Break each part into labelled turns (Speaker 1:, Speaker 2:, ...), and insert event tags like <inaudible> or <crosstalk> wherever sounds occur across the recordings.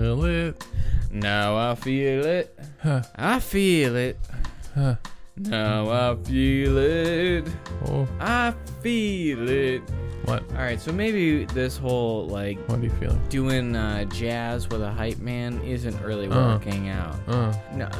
Speaker 1: Feel it.
Speaker 2: Now I feel it.
Speaker 1: Huh.
Speaker 2: I feel it.
Speaker 1: Huh.
Speaker 2: Now I feel it.
Speaker 1: Oh,
Speaker 2: I feel it.
Speaker 1: what?
Speaker 2: All right, so maybe this whole like
Speaker 1: What are you feeling?
Speaker 2: doing uh, jazz with a hype man isn't really
Speaker 1: Uh.
Speaker 2: working out.
Speaker 1: Uh,
Speaker 2: No.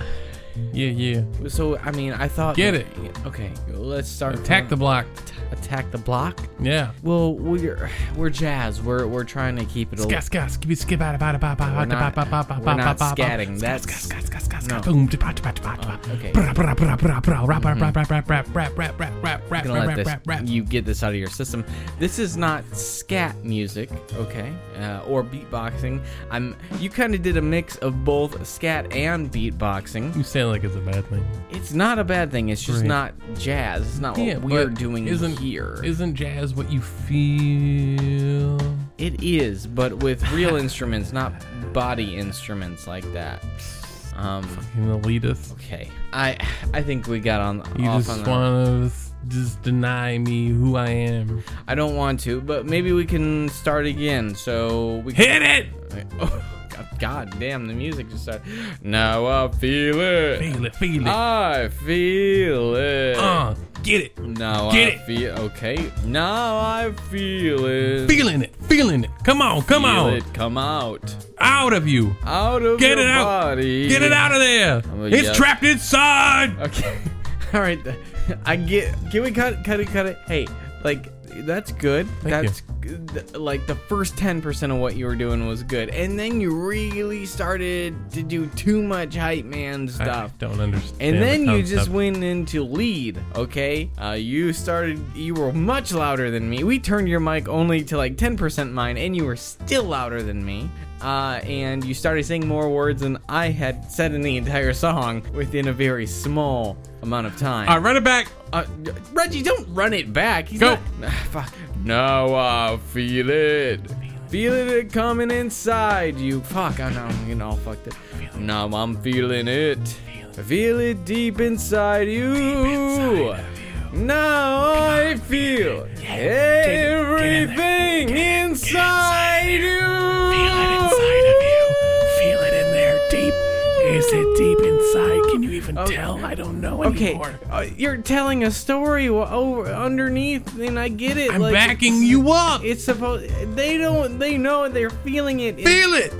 Speaker 1: yeah, yeah.
Speaker 2: So I mean, I thought.
Speaker 1: Get
Speaker 2: that- Okay, let's start.
Speaker 1: Attack the
Speaker 2: from-
Speaker 1: block.
Speaker 2: attack the block.
Speaker 1: Yeah.
Speaker 2: Well, we're we're jazz. We're we're trying to keep it. a-
Speaker 1: Scat, scat, skibby, skip, bada, bada, bada,
Speaker 2: We're
Speaker 1: bada,
Speaker 2: not-
Speaker 1: bada, bada, bada,
Speaker 2: we're not
Speaker 1: bada, bada,
Speaker 2: scatting.
Speaker 1: bada.
Speaker 2: That's-
Speaker 1: Scat, scat, scat, scat, scat,
Speaker 2: No. Oh,
Speaker 1: boom, da, bada, bada, bada, bada.
Speaker 2: okay.
Speaker 1: Bra, bra, bra, bra, bra, rap, rap, rap, rap, rap, rap, rap, rap, rap, rap, rap,
Speaker 2: gonna let
Speaker 1: rap,
Speaker 2: this
Speaker 1: rap, rap.
Speaker 2: you get this out of your system. This is not scat music, okay, uh, or beatboxing. I'm you kind of did a mix of both scat and beatboxing.
Speaker 1: You sound like it's a bad thing.
Speaker 2: It's not a bad thing. It's just
Speaker 1: Right.
Speaker 2: not jazz. It's not
Speaker 1: Yeah,
Speaker 2: what we're
Speaker 1: but
Speaker 2: doing
Speaker 1: isn't-
Speaker 2: here.
Speaker 1: Isn't jazz what you feel?
Speaker 2: it is, but with
Speaker 1: <laughs>
Speaker 2: real instruments, not body instruments like that. Um,
Speaker 1: Fucking elitist.
Speaker 2: okay, I I think we got on
Speaker 1: You
Speaker 2: off on
Speaker 1: just
Speaker 2: that.
Speaker 1: wanna s- just deny me who I am.
Speaker 2: I don't want to, but maybe we can start again. So we
Speaker 1: Hit it!
Speaker 2: <laughs> Oh, God, God damn, the music just started. Now I feel it.
Speaker 1: Feel it, feel it.
Speaker 2: I feel it.
Speaker 1: Uh, get it.
Speaker 2: now
Speaker 1: get
Speaker 2: I
Speaker 1: it.
Speaker 2: feel okay. Now I feel it.
Speaker 1: Feeling it, feeling it. Come on, come
Speaker 2: Feel
Speaker 1: on.
Speaker 2: it come out.
Speaker 1: Out of you.
Speaker 2: Out of
Speaker 1: Get
Speaker 2: your
Speaker 1: it out.
Speaker 2: body.
Speaker 1: Get it out of there.
Speaker 2: I'm a
Speaker 1: It's
Speaker 2: yes.
Speaker 1: trapped inside.
Speaker 2: Okay. <laughs> All right. I get. Can we cut? Cut it. Cut it. Hey, like that's good. that's g- like the first ten percent of what you were doing was good, and then you really started to do too much hype man
Speaker 1: I
Speaker 2: stuff.
Speaker 1: don't understand.
Speaker 2: and then
Speaker 1: the
Speaker 2: you just
Speaker 1: concept.
Speaker 2: went into lead, okay? Uh, you started, you were much louder than me. We turned your mic only to like 10% mine, and you were still louder than me. Uh, and you started saying more words than I had said in the entire song within a very small amount of time.
Speaker 1: All right, run it back.
Speaker 2: Uh, Reggie, don't run it back. He's
Speaker 1: Go.
Speaker 2: Not, <sighs> fuck. No, I feel it. Feeling it coming inside you. Fuck, I know I'm getting all fucked up. Now I'm feeling it. Feel it deep inside you. Now I feel everything inside you.
Speaker 1: Feel it in there deep. Is it deep inside? Can you even tell? I don't know
Speaker 2: Oh. Okay, uh, you're telling a story wa- over underneath, and I get it.
Speaker 1: I'm
Speaker 2: like,
Speaker 1: backing you up.
Speaker 2: It's supposed. They don't. They know it. They're feeling it. It's-
Speaker 1: feel it.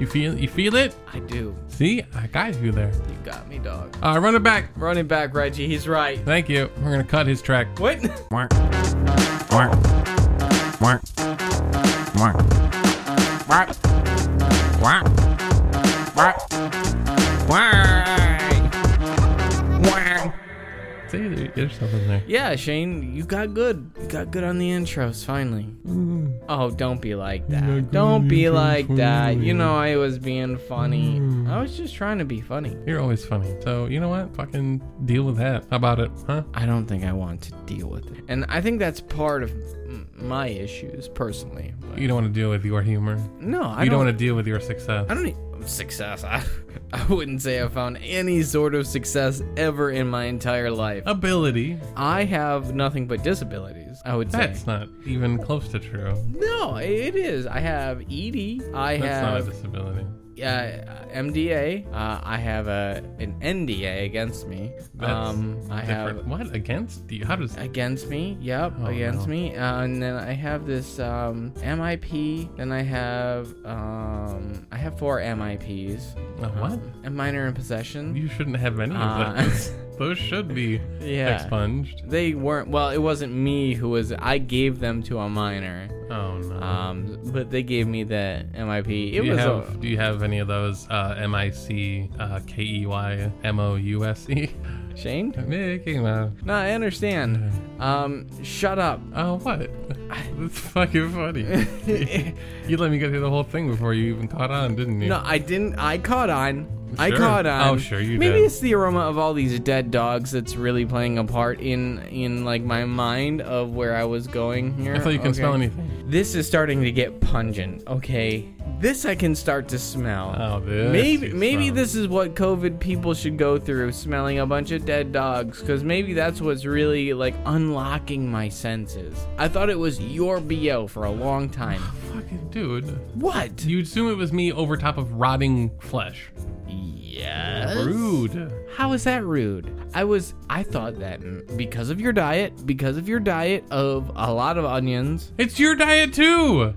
Speaker 1: You feel you feel it?
Speaker 2: I do.
Speaker 1: See? I got you there.
Speaker 2: You got me, dog.
Speaker 1: All right, run it back.
Speaker 2: Running back, Reggie. He's right.
Speaker 1: Thank you. We're going to cut his track.
Speaker 2: What? <laughs>
Speaker 3: Quack. Quack. Quack. Quack. Quack. Quack. Quack. Quack. Quack.
Speaker 1: See, there- there's something there.
Speaker 2: Yeah, Shane. You got good. You got good on the intros. Finally. Oh, don't be like that.
Speaker 1: Mm. good
Speaker 2: Don't
Speaker 1: on the
Speaker 2: be
Speaker 1: intros,
Speaker 2: like that.
Speaker 1: finally. Mm.
Speaker 2: You know I was being funny. I was just trying to be funny.
Speaker 1: You're always funny. So, you know what? Fucking deal with that. How about it, huh?
Speaker 2: I don't think I want to deal with it, and I think that's part of m- my issues personally. But-
Speaker 1: You don't want to deal with your humor. You
Speaker 2: No, I
Speaker 1: don't,
Speaker 2: don't.
Speaker 1: want to deal with your success.
Speaker 2: I don't need success. <laughs> I, I wouldn't say I found any sort of success ever in my entire life.
Speaker 1: Oh. Ability.
Speaker 2: I have nothing but disabilities. I would say.
Speaker 1: That's not even close to true.
Speaker 2: no, it is. I have ED. I
Speaker 1: That's not a
Speaker 2: have
Speaker 1: disability.
Speaker 2: uh, MDA. Uh, I have a an NDA against me.
Speaker 1: That's
Speaker 2: um, I
Speaker 1: Different.
Speaker 2: have
Speaker 1: what against you? How does
Speaker 2: against me. Yep,
Speaker 1: Oh,
Speaker 2: against
Speaker 1: no.
Speaker 2: me. Uh, and then I have this um, MIP. Then I have um, I have four MIPs.
Speaker 1: uh, what?
Speaker 2: A minor in possession.
Speaker 1: You shouldn't have any of
Speaker 2: Uh,
Speaker 1: those.
Speaker 2: <laughs>
Speaker 1: those should be
Speaker 2: Yeah.
Speaker 1: expunged.
Speaker 2: They weren't. Well, it wasn't me who was. I gave them to a minor.
Speaker 1: Oh no.
Speaker 2: Um, but they gave me that MIP. It
Speaker 1: do you
Speaker 2: was. a-
Speaker 1: have Do you have any of those uh, M I C uh, K E Y M O U S E? <laughs>
Speaker 2: Shane.
Speaker 1: Mickey Mouse.
Speaker 2: No, I understand. Um, shut up. <laughs>
Speaker 1: Oh what? <laughs> That's fucking funny. you let me get through the whole thing before you even caught on, didn't you?
Speaker 2: No, I didn't. I caught on. I
Speaker 1: Sure.
Speaker 2: caught on.
Speaker 1: Oh, sure, you
Speaker 2: Maybe
Speaker 1: did.
Speaker 2: it's the aroma of all these dead dogs that's really playing a part in in like my mind of where I was going here.
Speaker 1: I thought you can
Speaker 2: Okay.
Speaker 1: smell anything.
Speaker 2: This is starting to get pungent. Okay, this I can start to smell.
Speaker 1: Oh, this
Speaker 2: maybe
Speaker 1: you
Speaker 2: maybe
Speaker 1: smell.
Speaker 2: this is what COVID people should go through, smelling a bunch of dead dogs, because maybe that's what's really like unlocking my senses. I thought it was your bo for a long time.
Speaker 1: dude,
Speaker 2: What?
Speaker 1: you assume it was me over top of rotting flesh.
Speaker 2: Yes.
Speaker 1: Rude.
Speaker 2: How is that rude? I was I thought that because of your diet, because of your diet of a lot of onions.
Speaker 1: It's your diet too.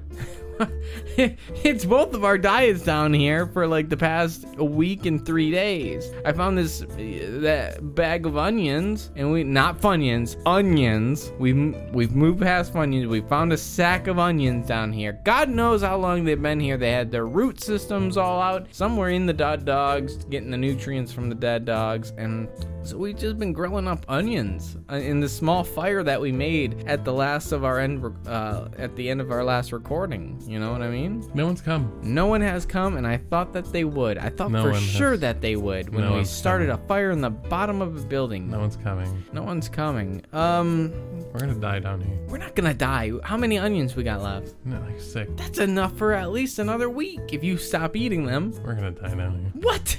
Speaker 2: <laughs> it's both of our diets down here for like the past a week and 3 days. I found this uh, that bag of onions and we not funions, onions. We have we've moved past funions. We found a sack of onions down here. God knows how long they've been here. They had their root systems all out. Some were in the dead dogs getting the nutrients from the dead dogs and so we've just been grilling up onions uh, in the small fire that we made at the last of our end, uh, at the end of our last recording. You know what I mean?
Speaker 1: No one's come.
Speaker 2: No one has come, and I thought that they would. I thought
Speaker 1: No
Speaker 2: for
Speaker 1: one has-
Speaker 2: sure that they would when
Speaker 1: No
Speaker 2: we
Speaker 1: one's
Speaker 2: started a fire in the bottom of a building.
Speaker 1: No one's coming.
Speaker 2: No one's coming. Um,
Speaker 1: We're gonna die down here.
Speaker 2: we're not gonna die. How many onions we got left?
Speaker 1: No, like sick.
Speaker 2: That's enough for at least another week if you stop eating them.
Speaker 1: We're gonna die down here.
Speaker 2: What?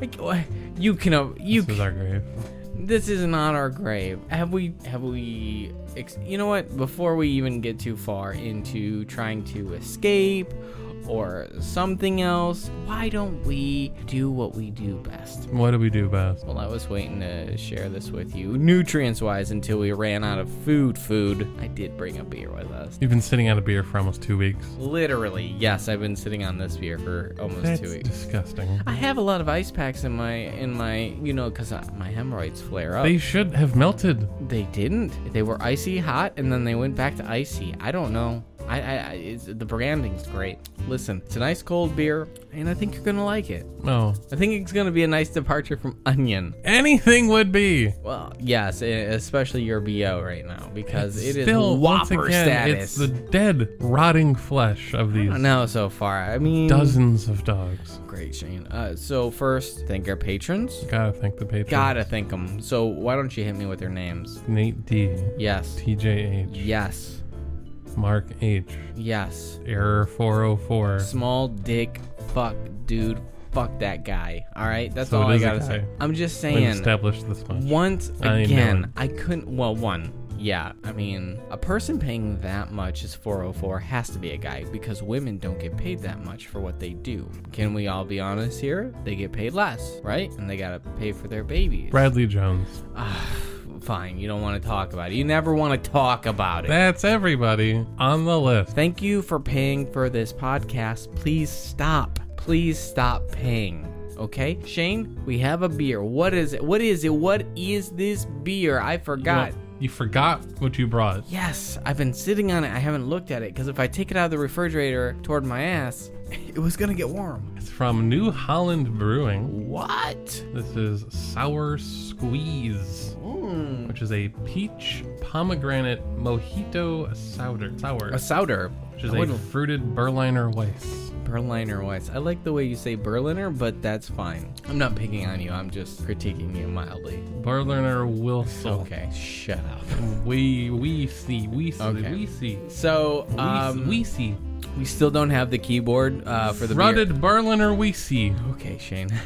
Speaker 2: I, you can. Uh, you
Speaker 1: This is our grave.
Speaker 2: this is not our grave. Have we? Have we? Ex- you know what? Before we even get too far into trying to escape or something else, why don't we do what we do best?
Speaker 1: What do we do, Beth?
Speaker 2: Well, I was waiting to share this with you, nutrients wise, until we ran out of food. Food. I did bring a beer with us.
Speaker 1: You've been sitting out of beer for almost two weeks.
Speaker 2: Literally, yes, I've been sitting on this beer for almost
Speaker 1: That's
Speaker 2: two weeks.
Speaker 1: disgusting.
Speaker 2: I have a lot of ice packs in my in my you know because my hemorrhoids flare up.
Speaker 1: They should have melted.
Speaker 2: They didn't. They were icy hot, and then they went back to icy. I don't know. I, I, I it's, the branding's great. Listen, it's a nice cold beer, and I think you're gonna like it.
Speaker 1: No.
Speaker 2: I think it's gonna be a nice departure from Onion.
Speaker 1: Anything would be.
Speaker 2: Well, yes, e- especially your BO right now because it is
Speaker 1: Still, once
Speaker 2: Whopper
Speaker 1: again,
Speaker 2: status.
Speaker 1: it's the dead, rotting flesh of these
Speaker 2: no, so far. I mean,
Speaker 1: dozens of dogs.
Speaker 2: great, Shane. Uh, so first, thank our patrons.
Speaker 1: Gotta thank the patrons.
Speaker 2: Gotta thank them. So why don't you hit me with their names?
Speaker 1: Nate D,
Speaker 2: Yes,
Speaker 1: TJ H,
Speaker 2: yes,
Speaker 1: Mark H,
Speaker 2: yes.
Speaker 1: Error 404.
Speaker 2: small dick fuck dude fuck that guy all right that's
Speaker 1: So
Speaker 2: all
Speaker 1: it
Speaker 2: i
Speaker 1: is a
Speaker 2: gotta
Speaker 1: guy.
Speaker 2: say i'm just
Speaker 1: We've
Speaker 2: saying
Speaker 1: established this much.
Speaker 2: once
Speaker 1: I ain't
Speaker 2: again
Speaker 1: doing.
Speaker 2: i couldn't well one yeah i mean a person paying that much as 404 has to be a guy because women don't get paid that much for what they do can we all be honest here they get paid less right and they gotta pay for their babies
Speaker 1: Bradley Jones.
Speaker 2: fine you don't want to talk about it you never want to talk about it
Speaker 1: That's everybody on the list.
Speaker 2: Thank you for paying for this podcast. Please stop. Please stop paying. Okay? Shane, we have a beer. What is it? What is it? What is this beer? I forgot.
Speaker 1: You, you forgot what you brought.
Speaker 2: Yes, I've been sitting on it. I haven't looked at it because if I take it out of the refrigerator toward my ass, <laughs> it was going to get warm.
Speaker 1: It's from New Holland Brewing.
Speaker 2: What?
Speaker 1: This is Sour Squeeze,
Speaker 2: Mm.
Speaker 1: which is a peach pomegranate mojito sour, sour
Speaker 2: A Sauter.
Speaker 1: which is
Speaker 2: I
Speaker 1: a
Speaker 2: wouldn't-
Speaker 1: fruited Berliner Weiss.
Speaker 2: Berliner Weiss. I like the way you say Berliner, but that's fine. I'm not picking on you. I'm just critiquing you mildly.
Speaker 1: Berliner Wilson.
Speaker 2: Okay, shut up.
Speaker 1: We we see we see
Speaker 2: Okay.
Speaker 1: we see.
Speaker 2: So,
Speaker 1: We,
Speaker 2: um,
Speaker 1: we see.
Speaker 2: We still don't have the keyboard uh, for the
Speaker 1: Rutted
Speaker 2: beer.
Speaker 1: Berliner we see.
Speaker 2: Okay, Shane. <laughs>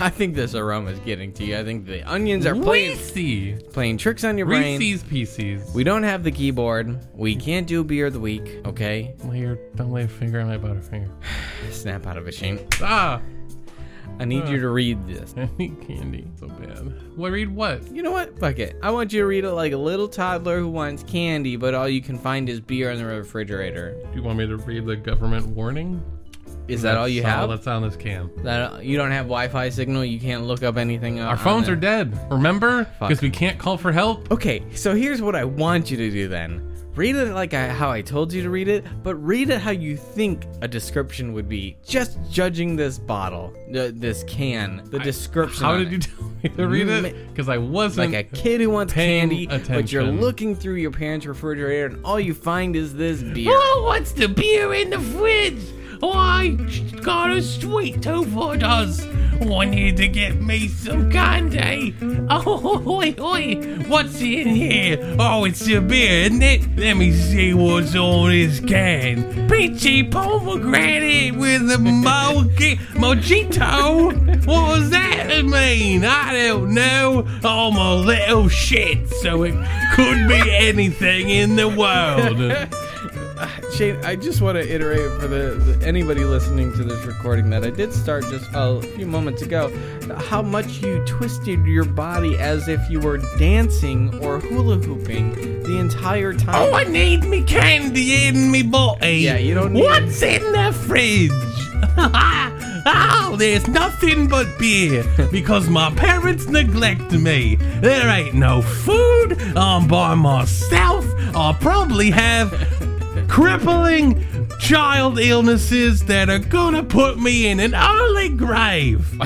Speaker 2: I think this aroma is getting to you. I think the onions are playing
Speaker 1: Weezy.
Speaker 2: playing tricks on your brain.
Speaker 1: Reese's Pieces.
Speaker 2: We don't have the keyboard. We can't do beer of the week. Okay,
Speaker 1: Lay your, don't lay a finger on my
Speaker 2: <laughs>
Speaker 1: butterfinger.
Speaker 2: snap out of it, Shane.
Speaker 1: Ah!
Speaker 2: I need you to
Speaker 1: <laughs>
Speaker 2: read this.
Speaker 1: I need candy so bad. What read what?
Speaker 2: You know what? Fuck it. I want you to read it like a little toddler who wants candy, but all you can find is beer in the refrigerator.
Speaker 1: Do you want me to read the government warning?
Speaker 2: Is that all you have?
Speaker 1: That's on this can.
Speaker 2: That you don't have Wi-Fi signal. You can't look up anything.
Speaker 1: Our phones are dead. Remember?
Speaker 2: Fuck.
Speaker 1: Because we can't call for help.
Speaker 2: Okay, so here's what I want you to do then. Read it like I, how I told you to read it, but read it how you think a description would be. Just judging this bottle, th- this can, the description.
Speaker 1: How
Speaker 2: on
Speaker 1: did
Speaker 2: it.
Speaker 1: you <laughs> tell me to read it? Because I wasn't.
Speaker 2: <laughs> Mm. Like a kid who wants
Speaker 1: paying
Speaker 2: candy, but you're
Speaker 1: attention.
Speaker 2: looking through your parents' refrigerator and all you find is this beer.
Speaker 1: what's the beer in the fridge? Oh, I got a sweet tooth for does. Wanted to get me some candy. <laughs> Oh, oi, oi. What's in here? Oh, it's a beer, isn't it? Let me see what's on this can. Peachy pomegranate with a mo- <laughs> mojito? What does that mean? I don't know. I'm a little shit, so it could be anything in the world.
Speaker 2: Shane, I just want to iterate for the, the- anybody listening to this recording that I did start just a few moments ago. How much you twisted your body as if you were dancing or hula hooping the entire time.
Speaker 1: Oh, I need me candy in me body.
Speaker 2: Yeah, you don't need-
Speaker 1: What's in the fridge? <laughs> oh, there's nothing but beer because my parents neglect me. There ain't no food. I'm by myself. I'll probably <laughs> have crippling child illnesses that are gonna put me in an early grave. <laughs>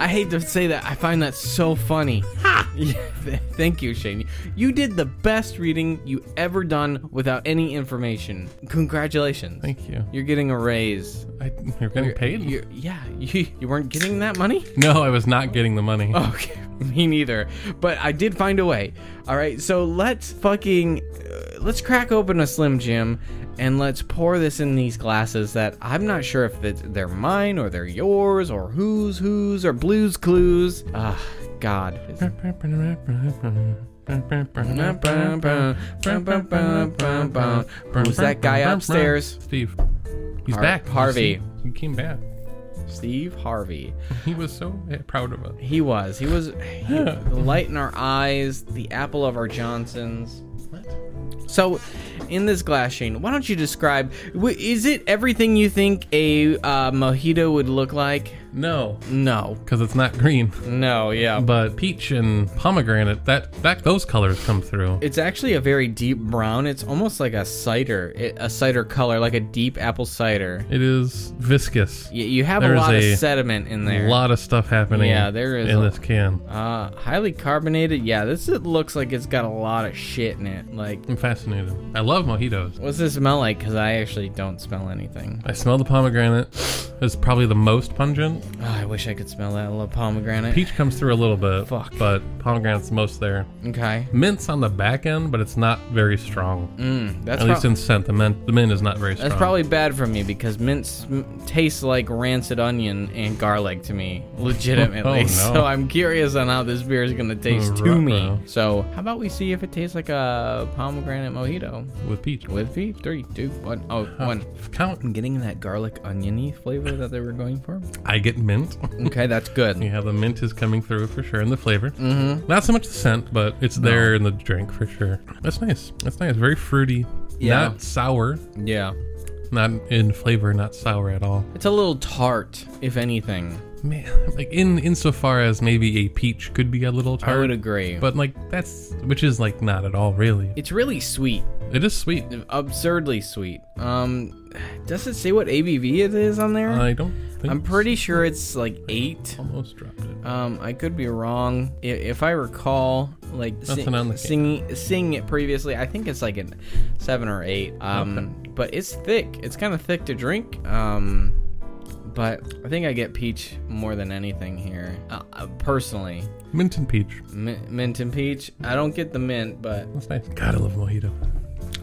Speaker 2: I hate to say that. I find that
Speaker 1: <laughs>
Speaker 2: so funny. <laughs>
Speaker 1: Ha!
Speaker 2: Yeah, th- thank you, Shane. You did the best reading you ever done without any information. Congratulations.
Speaker 1: Thank you.
Speaker 2: You're getting a raise.
Speaker 1: I, you're getting paid?
Speaker 2: You're, yeah, <laughs> you, you weren't getting that money?
Speaker 1: no, I was not getting the money.
Speaker 2: Okay, <laughs> me neither. But I did find a way. All right, so let's fucking uh, let's crack open a Slim Jim and let's pour this in these glasses that I'm not sure if it's, they're mine or they're yours or whose whose or blues clues. Ah, God.
Speaker 1: <laughs>
Speaker 2: Who's that guy upstairs?
Speaker 1: Steve. He's
Speaker 2: Har-
Speaker 1: back.
Speaker 2: Harvey.
Speaker 1: He came back.
Speaker 2: Steve Harvey.
Speaker 1: He was so eh, proud of us.
Speaker 2: He was. He was he- the light in our eyes, the apple of our Johnsons. So, in this glass, Shane, why don't you describe? w- Is it everything you think a uh, mojito would look like?
Speaker 1: No,
Speaker 2: No,
Speaker 1: because it's not green.
Speaker 2: no, yeah.
Speaker 1: But peach and pomegranate, that, that those colors come through.
Speaker 2: It's actually a very deep brown. It's almost like a cider, i- a cider color, like a deep apple cider.
Speaker 1: It is viscous.
Speaker 2: You, you have
Speaker 1: There
Speaker 2: a
Speaker 1: is
Speaker 2: lot
Speaker 1: a
Speaker 2: of sediment in
Speaker 1: A
Speaker 2: there.
Speaker 1: lot of stuff happening.
Speaker 2: Yeah, there is
Speaker 1: in
Speaker 2: a-
Speaker 1: this can.
Speaker 2: Uh, highly carbonated. Yeah, this it looks like it's got a lot of shit in it. Like,
Speaker 1: I'm fascinated. I love mojitos.
Speaker 2: what's this smell like? Because I actually don't smell anything.
Speaker 1: I smell the pomegranate. It's probably the most pungent.
Speaker 2: Oh, I wish I could smell that little pomegranate.
Speaker 1: Peach comes through a little bit,
Speaker 2: Fuck.
Speaker 1: but pomegranate's the most there.
Speaker 2: Okay.
Speaker 1: Mint's on the back end, but it's not very strong.
Speaker 2: Mm, that's
Speaker 1: Hmm, At
Speaker 2: prob-
Speaker 1: least in scent, the mint the mint is not very strong.
Speaker 2: that's probably bad for me because mint sm- tastes like rancid onion and garlic to me, legitimately.
Speaker 1: <laughs> Oh, no. Oh,
Speaker 2: So I'm curious on how this beer is gonna taste to
Speaker 1: Ruh-roh.
Speaker 2: me. So how about we see if it tastes like a pomegranate mojito
Speaker 1: with peach.
Speaker 2: with V? Three, two, one. Oh, one.
Speaker 1: Count.
Speaker 2: I'm getting that garlic oniony flavor that they were going for.
Speaker 1: I get mint. <laughs>
Speaker 2: Okay, that's good.
Speaker 1: yeah, the mint is coming through for sure in the flavor. Mm-hmm. Not so much the scent, but it's there in the drink for sure. That's nice. That's nice. Very fruity.
Speaker 2: Yeah.
Speaker 1: Not sour.
Speaker 2: Yeah.
Speaker 1: Not in flavor. Not sour at all.
Speaker 2: It's a little tart, if anything.
Speaker 1: Man, like in insofar as maybe a peach could be a little
Speaker 2: I
Speaker 1: tart.
Speaker 2: would agree.
Speaker 1: But like that's which is like not at all really.
Speaker 2: it's really sweet.
Speaker 1: It is sweet.
Speaker 2: absurdly sweet. Um, does it say what ABV it is on there?
Speaker 1: I don't. think
Speaker 2: I'm pretty sure it's like eight.
Speaker 1: almost dropped it.
Speaker 2: Um, I could be wrong. I- If I recall, like
Speaker 1: Nothing on the can.
Speaker 2: singing singing it previously, I think it's like a seven or eight. Um, but it's thick. It's kind of thick to drink. Um, but I think I get peach more than anything here,
Speaker 1: Oh.
Speaker 2: uh, uh, personally.
Speaker 1: Mint and peach.
Speaker 2: Mi- mint and peach. I don't get the mint, but
Speaker 1: That's nice. God, I love mojito.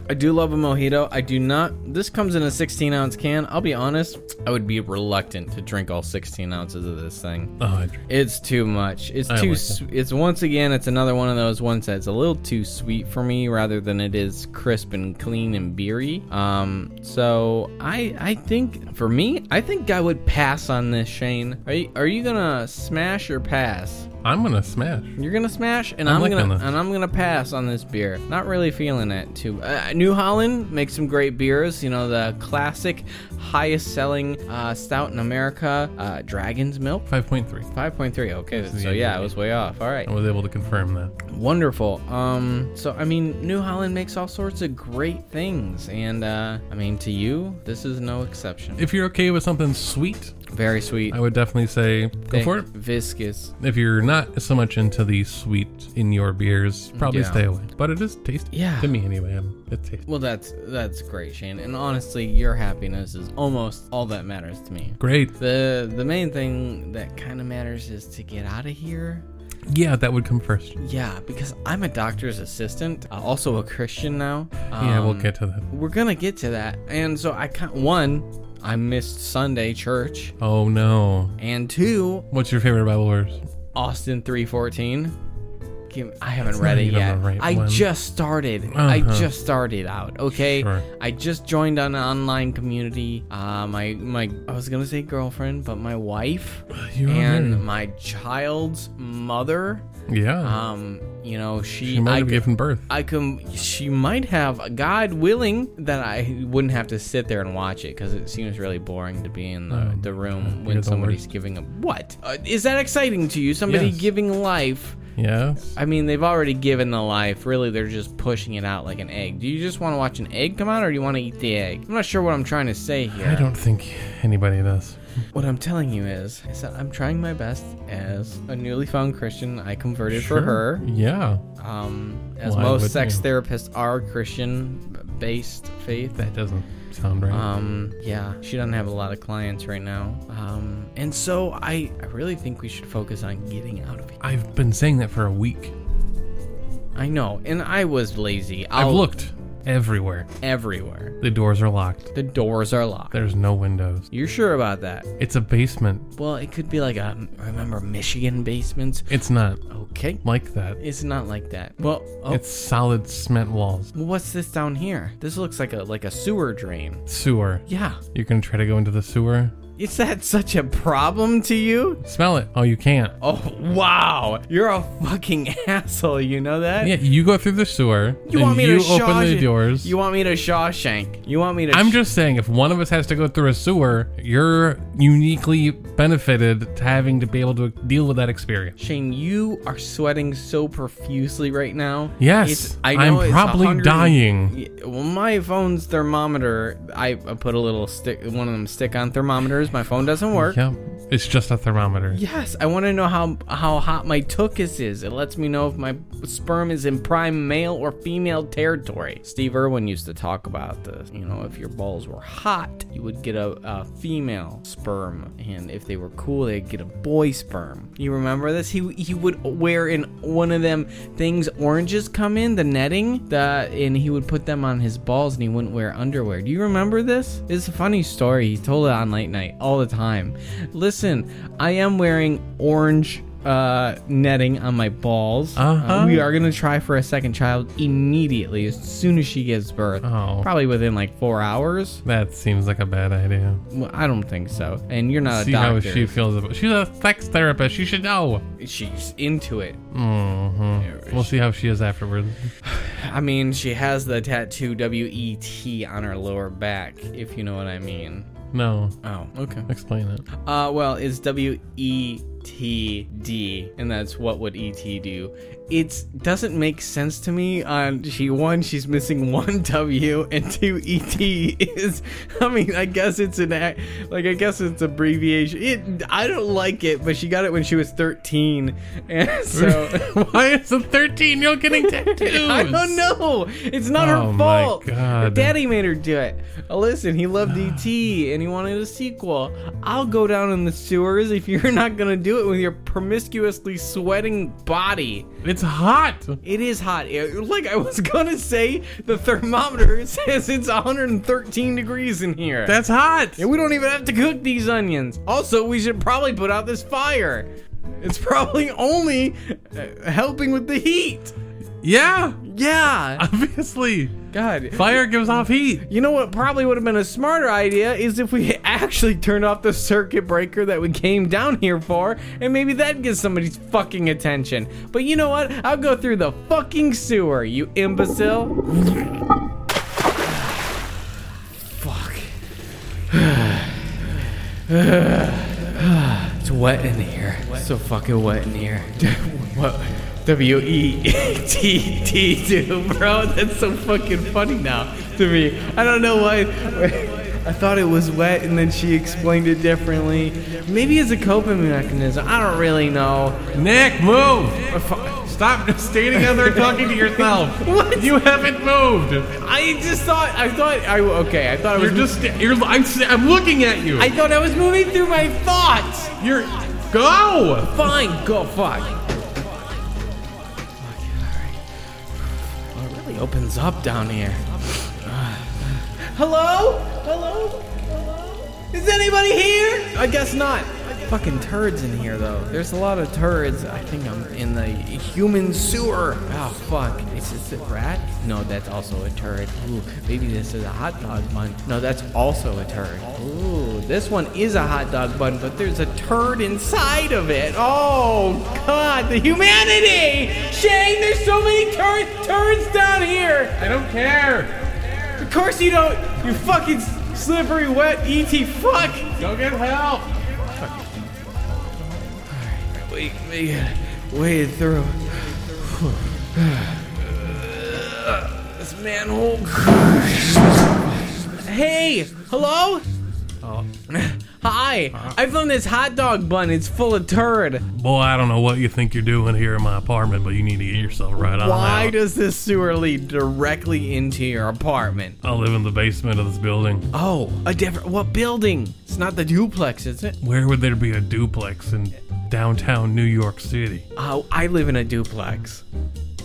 Speaker 2: I do love a mojito. I do not. This comes in a 16 ounce can. I'll be honest, I would be reluctant to drink all 16 ounces of this thing.
Speaker 1: Oh, I drink.
Speaker 2: It's too much. It's
Speaker 1: I
Speaker 2: too.
Speaker 1: like
Speaker 2: s it's once again. It's another one of those ones that's a little too sweet for me, rather than it is crisp and clean and beery. Um. So I I think for me, I think I would pass on this. Shane, are you, are you gonna smash or pass?
Speaker 1: I'm gonna smash.
Speaker 2: You're gonna smash, and
Speaker 1: I'm
Speaker 2: I'm,
Speaker 1: liking
Speaker 2: gonna
Speaker 1: this.
Speaker 2: and I'm gonna pass on this beer. Not really feeling it too. Uh, New Holland makes some great beers. You know the classic, highest selling uh, stout in America, uh, Dragon's Milk.
Speaker 1: 5.3.
Speaker 2: 5.3 okay so
Speaker 1: the
Speaker 2: yeah
Speaker 1: ABV.
Speaker 2: it was way off all right
Speaker 1: I was able to confirm that.
Speaker 2: wonderful um so i mean new holland makes all sorts of great things and uh i mean to you this is no exception
Speaker 1: If you're okay with something sweet,
Speaker 2: very sweet
Speaker 1: I would definitely say go
Speaker 2: thick,
Speaker 1: for it.
Speaker 2: viscous
Speaker 1: If you're not so much into the sweet in your beers, probably
Speaker 2: Yeah.
Speaker 1: stay away. But it is tasty.
Speaker 2: Yeah.
Speaker 1: To me, anyway. um, It's tasty.
Speaker 2: well that's that's great shane and honestly your happiness is almost all that matters to me
Speaker 1: Great.
Speaker 2: The the main thing that kind of matters is to get out of here.
Speaker 1: Yeah, that would come first.
Speaker 2: Yeah, because I'm a doctor's assistant, uh, also a Christian now.
Speaker 1: yeah, we'll
Speaker 2: Um,
Speaker 1: get to that.
Speaker 2: We're gonna get to that, and so I can one, I missed Sunday church,
Speaker 1: Oh, no.
Speaker 2: and two,
Speaker 1: What's your favorite Bible verse?
Speaker 2: Austin three fourteen. document. I haven't
Speaker 1: It's
Speaker 2: read
Speaker 1: not
Speaker 2: it
Speaker 1: even
Speaker 2: yet.
Speaker 1: the right
Speaker 2: I
Speaker 1: one.
Speaker 2: just started. I
Speaker 1: Uh-huh.
Speaker 2: just started out. Okay.
Speaker 1: Sure.
Speaker 2: I just joined an online community. Uh, my my I was gonna say girlfriend, but my wife
Speaker 1: You
Speaker 2: and
Speaker 1: and
Speaker 2: my child's mother.
Speaker 1: yeah,
Speaker 2: Um, you know she.
Speaker 1: you might
Speaker 2: I,
Speaker 1: have given birth.
Speaker 2: I can. She might have. God willing, that I wouldn't have to sit there and watch it because it seems really boring to be in the,
Speaker 1: Oh,
Speaker 2: the room
Speaker 1: you're
Speaker 2: when
Speaker 1: the
Speaker 2: somebody's
Speaker 1: worst.
Speaker 2: giving a what? Uh, is that exciting to you? Somebody
Speaker 1: Yes.
Speaker 2: giving life.
Speaker 1: Yes.
Speaker 2: I mean, they've already given the life. Really, they're just pushing it out like an egg. Do you just want to watch an egg come out, or do you want to eat the egg? I'm not sure what I'm trying to say here.
Speaker 1: I don't think anybody does.
Speaker 2: What I'm telling you is, is that I'm trying my best as a newly found Christian. I converted
Speaker 1: Sure.
Speaker 2: for her.
Speaker 1: Yeah.
Speaker 2: Um, as
Speaker 1: Why
Speaker 2: most
Speaker 1: wouldn't
Speaker 2: sex
Speaker 1: you?
Speaker 2: therapists are Christian-based faith.
Speaker 1: That doesn't sound right.
Speaker 2: Um, yeah, she doesn't have a lot of clients right now. Um, and so I, I really think we should focus on getting out of here.
Speaker 1: I've been saying that for a week.
Speaker 2: I know, and I was lazy. i
Speaker 1: I've looked everywhere.
Speaker 2: everywhere.
Speaker 1: The doors are locked.
Speaker 2: The doors are locked.
Speaker 1: There's no windows.
Speaker 2: You're sure about that?
Speaker 1: It's a basement.
Speaker 2: Well, it could be like a remember Michigan basements.
Speaker 1: It's not
Speaker 2: Okay,
Speaker 1: like that.
Speaker 2: it's not like that. Well, oh,
Speaker 1: It's solid cement walls.
Speaker 2: well, what's this down here? This looks like a like a sewer drain.
Speaker 1: Sewer.
Speaker 2: Yeah,
Speaker 1: You're gonna try to go into the sewer?
Speaker 2: is that such a problem to you?
Speaker 1: Smell it. Oh, you can't.
Speaker 2: Oh wow, you're a fucking <laughs> asshole. You know that?
Speaker 1: Yeah, you go through the sewer.
Speaker 2: You
Speaker 1: and
Speaker 2: want me
Speaker 1: you
Speaker 2: to
Speaker 1: open
Speaker 2: Shawshank-
Speaker 1: the doors.
Speaker 2: You want me to Shawshank? You want me to?
Speaker 1: I'm
Speaker 2: sh-
Speaker 1: just saying, if one of us has to go through a sewer, you're uniquely benefited to having to be able to deal with that experience.
Speaker 2: Shane, you are sweating so profusely right now.
Speaker 1: Yes, I'm
Speaker 2: it's
Speaker 1: probably
Speaker 2: 100
Speaker 1: dying.
Speaker 2: Yeah, Well, my phone's thermometer, I, I put a little stick, one of them stick-on thermometers. My phone doesn't work.
Speaker 1: Yep, it's just a thermometer.
Speaker 2: Yes, I want to know how how hot my tuchus is. It lets me know if my sperm is in prime male or female territory. Steve Irwin used to talk about this. You know, if your balls were hot, you would get a, a female sperm, and if they were cool, they'd get a boy sperm. You remember this? He he would wear in one of them things. Oranges come in the netting, the and he would put them on his balls, and he wouldn't wear underwear. Do you remember this? It's a funny story. He told it on late night all the time. Listen, I am wearing orange uh netting on my balls Uh,
Speaker 1: Uh-huh.
Speaker 2: we are gonna try for a second child immediately as soon as she gives birth
Speaker 1: Oh.
Speaker 2: probably within like four hours
Speaker 1: That seems like a bad idea.
Speaker 2: well, i don't think so and you're not
Speaker 1: See
Speaker 2: a
Speaker 1: how
Speaker 2: doctor
Speaker 1: she feels about. She's a sex therapist. She should know.
Speaker 2: she's into it
Speaker 1: Mm-hmm. We'll see how she is afterwards.
Speaker 2: i mean she has the tattoo w-e-t on her lower back if you know what i mean
Speaker 1: No,
Speaker 2: oh okay
Speaker 1: explain
Speaker 2: <laughs>
Speaker 1: it.
Speaker 2: Uh, well, it's W E T D, and that's what would ET do. It doesn't make sense to me. On she one, she's missing one <laughs> W, and two ET is. I mean, I guess it's an ac- like I guess it's abbreviation. It I don't like it, but she got it when she was thirteen, and <laughs> so
Speaker 1: <laughs> Why is a 13 year old getting tattoos?
Speaker 2: <laughs> I don't know. It's not
Speaker 1: Oh
Speaker 2: her
Speaker 1: my
Speaker 2: fault.
Speaker 1: God.
Speaker 2: Daddy made her do it. Uh, Listen, he loved ET
Speaker 1: <sighs>
Speaker 2: and he wanted a sequel. I'll go down in the sewers if you're <laughs> not gonna do it with your promiscuously sweating body.
Speaker 1: It's hot.
Speaker 2: It is hot. It- <laughs> like I was gonna say, the thermometer <laughs> says it's 113 degrees in here.
Speaker 1: That's hot.
Speaker 2: and we don't even have to cook these onions. Also, we should probably put out this fire. It's probably only uh, helping with the heat.
Speaker 1: Yeah,
Speaker 2: Yeah.
Speaker 1: obviously.
Speaker 2: God.
Speaker 1: Fire gives off heat.
Speaker 2: You know what probably would have been a smarter idea is if we <laughs> actually turned off the circuit breaker that we came down here for, and maybe that gets somebody's fucking attention. But you know what? I'll go through the fucking sewer, you imbecile. Fuck. It's wet in here. So fucking wet in here. <laughs> what? W E T T do, bro. That's so fucking funny now to me. I don't know why. I thought it was wet, and then she explained it differently. Maybe it's a coping mechanism. I don't really know.
Speaker 1: Nick, move! Stop standing out there talking to yourself.
Speaker 2: <laughs> What?
Speaker 1: You haven't moved.
Speaker 2: I just thought. I thought. I okay. I thought I was.
Speaker 1: You're just. You're. I'm. s- I'm looking at you.
Speaker 2: I thought I was moving through my thoughts.
Speaker 1: you're. Go.
Speaker 2: Fine, go fuck. Well, it really opens up down here. <sighs> Hello? Hello? Hello? Is anybody here? I guess not. fucking turds in here, though. There's a lot of turds. I think I'm in the human sewer. Oh, fuck. Is this a rat? No, that's also a turd. Ooh, maybe this is a hot dog bun. No, that's also a turd. Ooh, this one is a hot dog bun, but there's a turd inside of it. Oh, God, the humanity! Shane, there's so many tur- turds down here!
Speaker 4: I don't care.
Speaker 2: Of course you don't, you fucking slippery, wet ET fuck!
Speaker 4: Go get help.
Speaker 2: We, we wade through. This manhole. Hey, hello? Hi, I found this hot dog bun. It's full of turd.
Speaker 1: Boy, I don't know what you think you're doing here in my apartment, but you need to get yourself right on
Speaker 2: Why
Speaker 1: out.
Speaker 2: does this sewer lead directly into your apartment?
Speaker 1: I live in the basement of this building.
Speaker 2: Oh, a different. What building? It's not the duplex, is it?
Speaker 1: Where would there be a duplex in downtown New York City?
Speaker 2: Oh, I live in a duplex.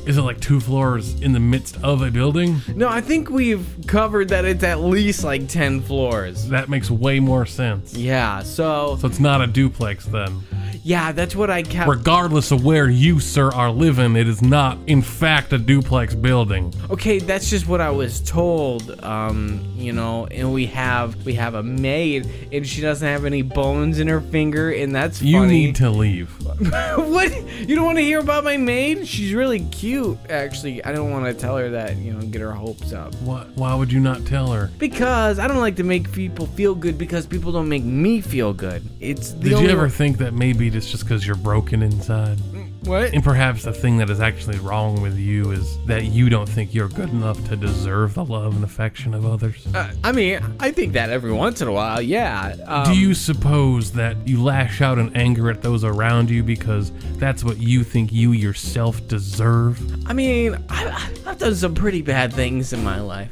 Speaker 1: Is it like two floors in the midst of a building?
Speaker 2: No, I think we've covered that it's at least like 10 floors.
Speaker 1: That makes way more sense.
Speaker 2: Yeah, so
Speaker 1: So it's not a duplex then.
Speaker 2: yeah, that's what I kept.
Speaker 1: Regardless of where you, sir, are living, it is not, in fact, a duplex building.
Speaker 2: Okay, that's just what I was told. Um, you know, and we have we have a maid, and she doesn't have any bones in her finger, and that's
Speaker 1: You
Speaker 2: funny.
Speaker 1: need to leave.
Speaker 2: <laughs> what? You don't want to hear about my maid? She's really cute, actually. I don't want to tell her that. You know, get her hopes up.
Speaker 1: Why, why would you not tell her?
Speaker 2: Because I don't like to make people feel good because people don't make me feel good. It's the
Speaker 1: Did
Speaker 2: only
Speaker 1: you ever think that maybe it's just because you're broken inside?
Speaker 2: what?
Speaker 1: And perhaps the thing that is actually wrong with you is that you don't think you're good enough to deserve the love and affection of others.
Speaker 2: Uh, I mean, I think that every once in a while, yeah. Um,
Speaker 1: Do you suppose that you lash out in anger at those around you because that's what you think you yourself deserve?
Speaker 2: I mean, I, I've done some pretty bad things in my life.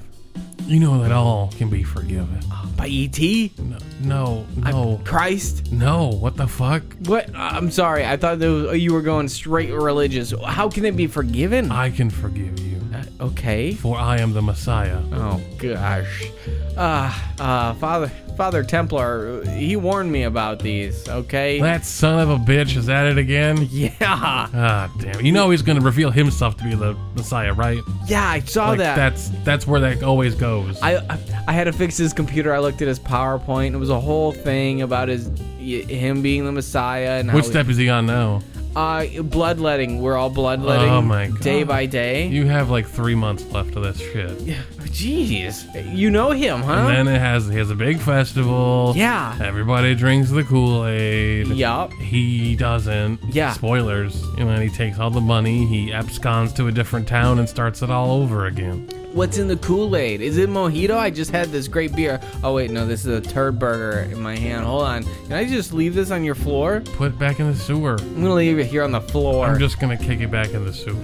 Speaker 1: You know that all can be forgiven.
Speaker 2: By E.T.?
Speaker 1: No, no, no,
Speaker 2: Christ?
Speaker 1: no. What the fuck?
Speaker 2: What? Uh, I'm sorry. I thought that was- you were going straight religious. How can it be forgiven?
Speaker 1: I can forgive you,
Speaker 2: Uh, okay.
Speaker 1: for I am the Messiah.
Speaker 2: Oh gosh. Uh, uh, Father, Father Templar, he warned me about these. Okay.
Speaker 1: That son of a bitch is at it again.
Speaker 2: yeah.
Speaker 1: Ah, damn. it. You know he's gonna reveal himself to be the Messiah, right?
Speaker 2: Yeah, I saw
Speaker 1: Like
Speaker 2: that.
Speaker 1: that's that's where that always goes.
Speaker 2: I, I I had to fix his computer. I looked at his PowerPoint. It was a whole thing about his y- him being the Messiah and
Speaker 1: Which
Speaker 2: how
Speaker 1: step is he on now?
Speaker 2: uh bloodletting. We're all bloodletting
Speaker 1: Oh, my
Speaker 2: day
Speaker 1: God.
Speaker 2: by day.
Speaker 1: You have like three months left of this shit.
Speaker 2: Yeah, Jeez, you know him, huh?
Speaker 1: And then it has he has a big festival.
Speaker 2: Yeah.
Speaker 1: Everybody drinks the Kool Aid.
Speaker 2: Yup.
Speaker 1: He doesn't.
Speaker 2: Yeah.
Speaker 1: Spoilers. And then he takes all the money. He absconds to a different town and starts it all over again.
Speaker 2: What's in the Kool Aid? Is it mojito? I just had this great beer. Oh wait, no, this is a turd burger in my hand. Hold on, can I just leave this on your floor?
Speaker 1: Put it back in the sewer.
Speaker 2: I'm gonna leave it here on the floor.
Speaker 1: I'm just gonna kick it back in the
Speaker 2: <sighs>
Speaker 1: sewer.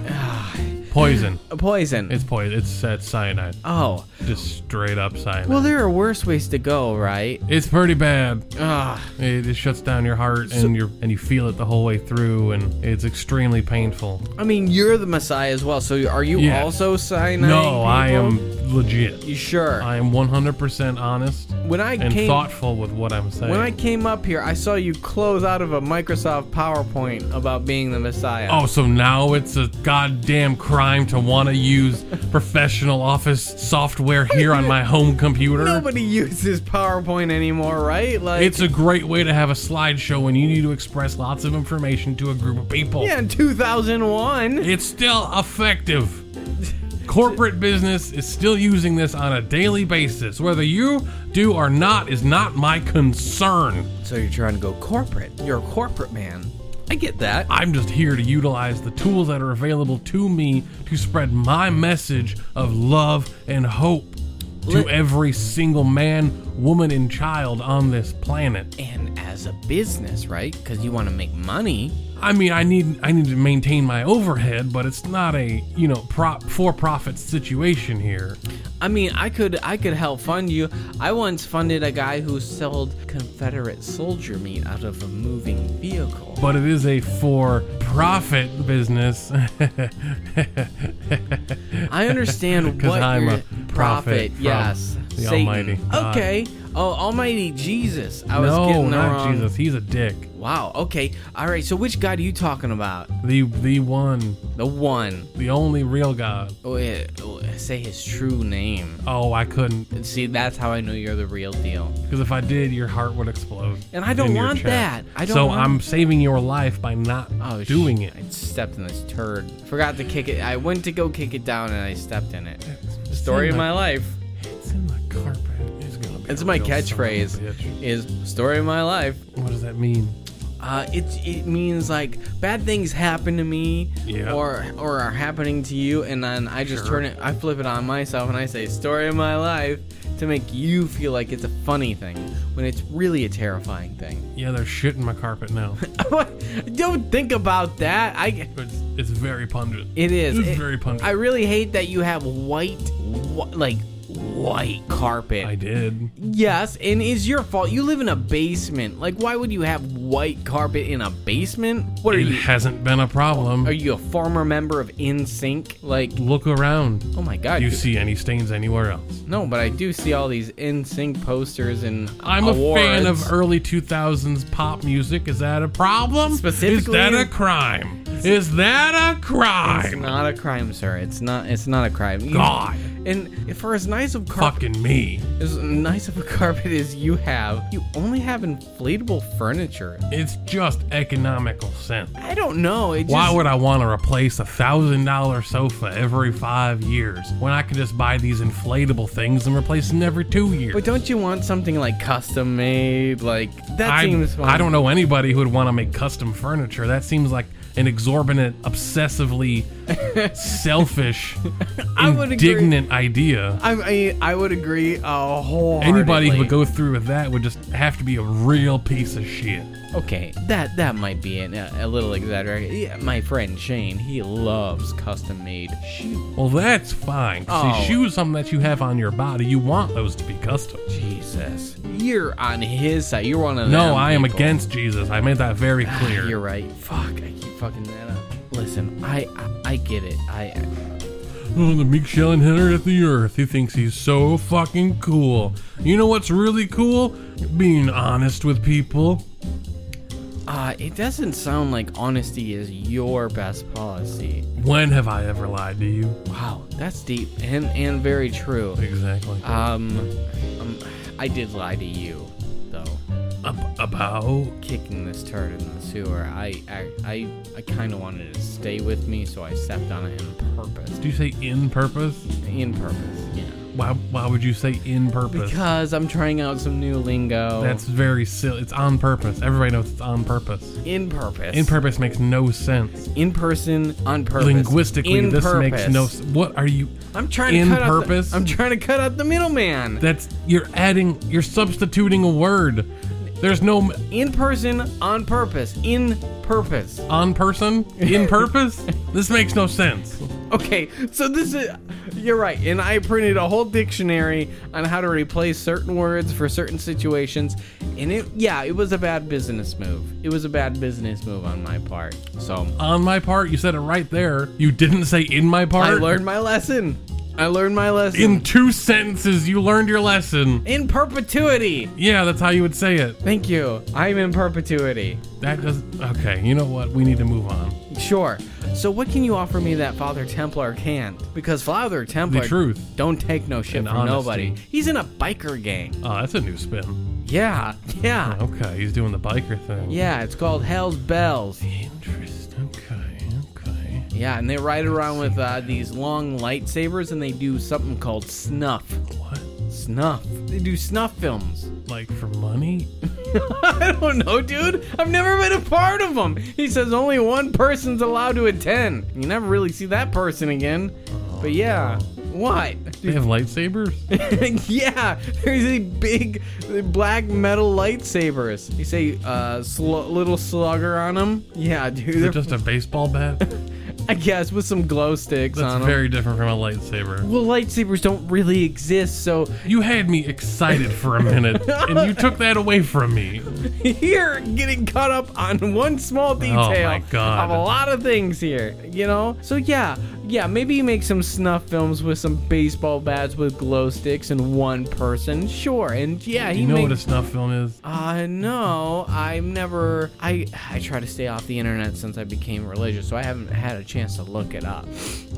Speaker 1: poison.
Speaker 2: Poison.
Speaker 1: It's poison. It's, it's cyanide.
Speaker 2: oh,
Speaker 1: Just straight up cyanide.
Speaker 2: well, there are worse ways to go, right?
Speaker 1: it's pretty bad.
Speaker 2: Ugh.
Speaker 1: It, it shuts down your heart and your and you feel it the whole way through, and it's extremely painful.
Speaker 2: I mean, you're the Messiah as well. So are you
Speaker 1: Yeah.
Speaker 2: also cyanide?
Speaker 1: No, I
Speaker 2: people?
Speaker 1: am legit.
Speaker 2: You sure?
Speaker 1: I am 100% honest
Speaker 2: when I
Speaker 1: and
Speaker 2: came.
Speaker 1: thoughtful with what I'm saying.
Speaker 2: when I came up here, I saw you close out of a Microsoft PowerPoint about being the Messiah.
Speaker 1: oh, so now it's a goddamn crime to want to use professional office software here on my home computer?
Speaker 2: Nobody uses PowerPoint anymore, right? Like,
Speaker 1: it's a great way to have a slideshow when you need to express lots of information to a group of people.
Speaker 2: yeah, in 2001.
Speaker 1: It's still effective. Corporate business is still using this on a daily basis. Whether you do or not is not my concern.
Speaker 2: So you're trying to go corporate. You're a corporate man. I get that.
Speaker 1: I'm just here to utilize the tools that are available to me to spread my message of love and hope to
Speaker 2: Let-
Speaker 1: every single man, woman, and child on this planet.
Speaker 2: And as a business, right? Because you want to make money.
Speaker 1: I mean, I need I need to maintain my overhead, but it's not a you know prop for-profit situation here.
Speaker 2: I mean, I could I could help fund you. I once funded a guy who sold Confederate soldier meat out of a moving vehicle.
Speaker 1: but it is a for profit business. <laughs>
Speaker 2: I understand
Speaker 1: Because
Speaker 2: what
Speaker 1: I'm
Speaker 2: <laughs> your
Speaker 1: a prophet.
Speaker 2: Yes.
Speaker 1: From The
Speaker 2: Satan.
Speaker 1: Almighty. God.
Speaker 2: Okay. Oh, Almighty Jesus. I was
Speaker 1: No,
Speaker 2: getting the
Speaker 1: not
Speaker 2: wrong.
Speaker 1: Jesus. He's a dick.
Speaker 2: Wow. Okay. All right. So which God are you talking about?
Speaker 1: The the one,
Speaker 2: The one.
Speaker 1: the only real God.
Speaker 2: Oh, yeah. Oh, say his true name.
Speaker 1: Oh, I couldn't.
Speaker 2: And See, that's how I know you're the real deal.
Speaker 1: Because if I did, your heart would explode.
Speaker 2: And I don't
Speaker 1: in your
Speaker 2: want
Speaker 1: chest.
Speaker 2: that. I don't
Speaker 1: so
Speaker 2: want-
Speaker 1: I'm saving your life by not
Speaker 2: Oh, sh-
Speaker 1: doing it.
Speaker 2: I stepped in this turd. Forgot to kick it. I went to go kick it down and I stepped in it. Story of my life.
Speaker 1: It's in the carpet. It's gonna be
Speaker 2: It's
Speaker 1: a
Speaker 2: my
Speaker 1: real son of a
Speaker 2: catchphrase.
Speaker 1: bitch.
Speaker 2: Is story of my life.
Speaker 1: What does that mean?
Speaker 2: Uh, it it means like bad things happen to me,
Speaker 1: Yeah.
Speaker 2: or or are happening to you, and then I just
Speaker 1: Sure.
Speaker 2: turn it. I flip it on myself and I say story of my life to make you feel like it's a funny thing when it's really a terrifying thing. <laughs>
Speaker 1: Yeah, there's shit in my carpet now.
Speaker 2: Don't think about that. I
Speaker 1: it's, it's very pungent.
Speaker 2: It is.
Speaker 1: It's
Speaker 2: It-
Speaker 1: very pungent.
Speaker 2: I really hate that you have white, wh- like white carpet.
Speaker 1: I did.
Speaker 2: yes, and it's your fault. You live in a basement. Like, why would you have white carpet in a basement? What are
Speaker 1: It
Speaker 2: you?
Speaker 1: hasn't been a problem.
Speaker 2: Are you a former member of InSync? Like,
Speaker 1: Look around.
Speaker 2: oh my god.
Speaker 1: Do you
Speaker 2: dude.
Speaker 1: see any stains anywhere else?
Speaker 2: No, but I do see all these InSync posters and
Speaker 1: I'm
Speaker 2: awards.
Speaker 1: a fan of early 2000s pop music. Is that a problem? Is
Speaker 2: Specifically-
Speaker 1: that a crime? Is that a
Speaker 2: It's
Speaker 1: crime?
Speaker 2: not a crime, sir. It's not. It's not a crime. You-
Speaker 1: God.
Speaker 2: And for as nice of carpet
Speaker 1: Fucking me.
Speaker 2: as nice of a <laughs> carpet as you have, you only have inflatable furniture.
Speaker 1: It's just economical sense.
Speaker 2: I don't know. It just,
Speaker 1: Why would I want to replace a thousand dollar sofa every five years when I could just buy these inflatable things and replace them every two years?
Speaker 2: But don't you want something like custom made? Like that
Speaker 1: I,
Speaker 2: seems. Fun.
Speaker 1: I don't know anybody who would want to make custom furniture. That seems like an exorbitant,
Speaker 2: <laughs>
Speaker 1: obsessively selfish,
Speaker 2: I would agree.
Speaker 1: indignant idea.
Speaker 2: I I, I would agree uh, wholeheartedly.
Speaker 1: Anybody who would go through with that would just have to be a real piece of shit.
Speaker 2: Okay, that that might be an, uh, a, a little exaggerated. Yeah, my friend Shane, he loves custom made shoes.
Speaker 1: Well, that's fine.
Speaker 2: Oh.
Speaker 1: See, shoes, something that you have on your body, you want those to be custom.
Speaker 2: Jesus, you're on his side. You're one of them.
Speaker 1: No, I am
Speaker 2: people.
Speaker 1: against Jesus. I made that very
Speaker 2: Ah,
Speaker 1: clear.
Speaker 2: You're right. Fuck, I keep fucking that up. Listen, I I, I get it. I
Speaker 1: Oh, the Meek Shellen hitter at the earth. He thinks he's so fucking cool. You know what's really cool? Being honest with people.
Speaker 2: uh, it doesn't sound like honesty is your best policy.
Speaker 1: When have I ever lied to you?
Speaker 2: Wow, that's deep and and very true.
Speaker 1: Exactly.
Speaker 2: Um, um I did lie to you though.
Speaker 1: Ab- about?
Speaker 2: Kicking this turd in the sewer. I I I, I kind of wanted it to stay with me, so I stepped on it in purpose.
Speaker 1: Do you say in purpose?
Speaker 2: In purpose, yeah.
Speaker 1: Why, why would you say in purpose?
Speaker 2: Because I'm trying out some new lingo.
Speaker 1: That's very silly. It's on purpose. Everybody knows it's on purpose.
Speaker 2: in purpose.
Speaker 1: In purpose makes no sense.
Speaker 2: in person on purpose.
Speaker 1: Linguistically,
Speaker 2: in
Speaker 1: this makes
Speaker 2: purpose.
Speaker 1: no. s- What are you?
Speaker 2: I'm trying to
Speaker 1: in
Speaker 2: cut out the-
Speaker 1: purpose?
Speaker 2: I'm trying to cut out the middleman.
Speaker 1: That's you're adding. You're substituting a word. There's no
Speaker 2: in person on purpose. In purpose.
Speaker 1: on person in purpose.
Speaker 2: <laughs>
Speaker 1: This makes no sense.
Speaker 2: Okay, so this is you're right, and I printed a whole dictionary on how to replace certain words for certain situations, and it yeah, it was a bad business move. It was a bad business move on my part. So
Speaker 1: On my part, you said it right there. You didn't say in my part.
Speaker 2: I learned my lesson. I learned my lesson
Speaker 1: in two sentences. You learned your lesson.
Speaker 2: in perpetuity.
Speaker 1: Yeah, that's how you would say it.
Speaker 2: Thank you. I'm in perpetuity.
Speaker 1: That doesn't. Okay, you know what? We need to move on.
Speaker 2: Sure. So what can you offer me that Father Templar can't? Because Father Templar
Speaker 1: truth.
Speaker 2: don't take no shit
Speaker 1: And
Speaker 2: from nobody.
Speaker 1: honesty.
Speaker 2: He's in a biker gang.
Speaker 1: Oh, that's a new spin.
Speaker 2: Yeah, yeah.
Speaker 1: Okay, he's doing the biker thing.
Speaker 2: Yeah, it's called Hell's Bells.
Speaker 1: Interesting. Okay. Okay.
Speaker 2: Yeah, and they ride around with uh, these long lightsabers and they do something called snuff.
Speaker 1: What?
Speaker 2: Snuff. They do snuff films. <laughs>
Speaker 1: Like for money?
Speaker 2: I don't know, dude. I've never been a part of them. He says only one person's allowed to attend. You never really see that person again. But yeah. What? <laughs>
Speaker 1: They have lightsabers.
Speaker 2: yeah, there's a big black metal lightsabers. You say uh, sl- little slugger on them? Yeah, dude.
Speaker 1: They're
Speaker 2: they're-
Speaker 1: just a baseball
Speaker 2: <laughs>
Speaker 1: bat.
Speaker 2: I guess with some glow sticks on
Speaker 1: That's
Speaker 2: 'em.
Speaker 1: very different from a lightsaber.
Speaker 2: Well, lightsabers don't really exist, so <laughs>
Speaker 1: You had me excited for a minute, and you took that away from me.
Speaker 2: you're getting caught up on one small detail
Speaker 1: Oh my God.
Speaker 2: of a lot of things here, you know? So, yeah, yeah, maybe you make some snuff films with some baseball bats with glow sticks and one person. Sure. And yeah, he
Speaker 1: You know
Speaker 2: makes
Speaker 1: what a snuff film is?
Speaker 2: Uh, no, I've never. I I try to stay off the internet since I became religious, so I haven't had a chance to look it up.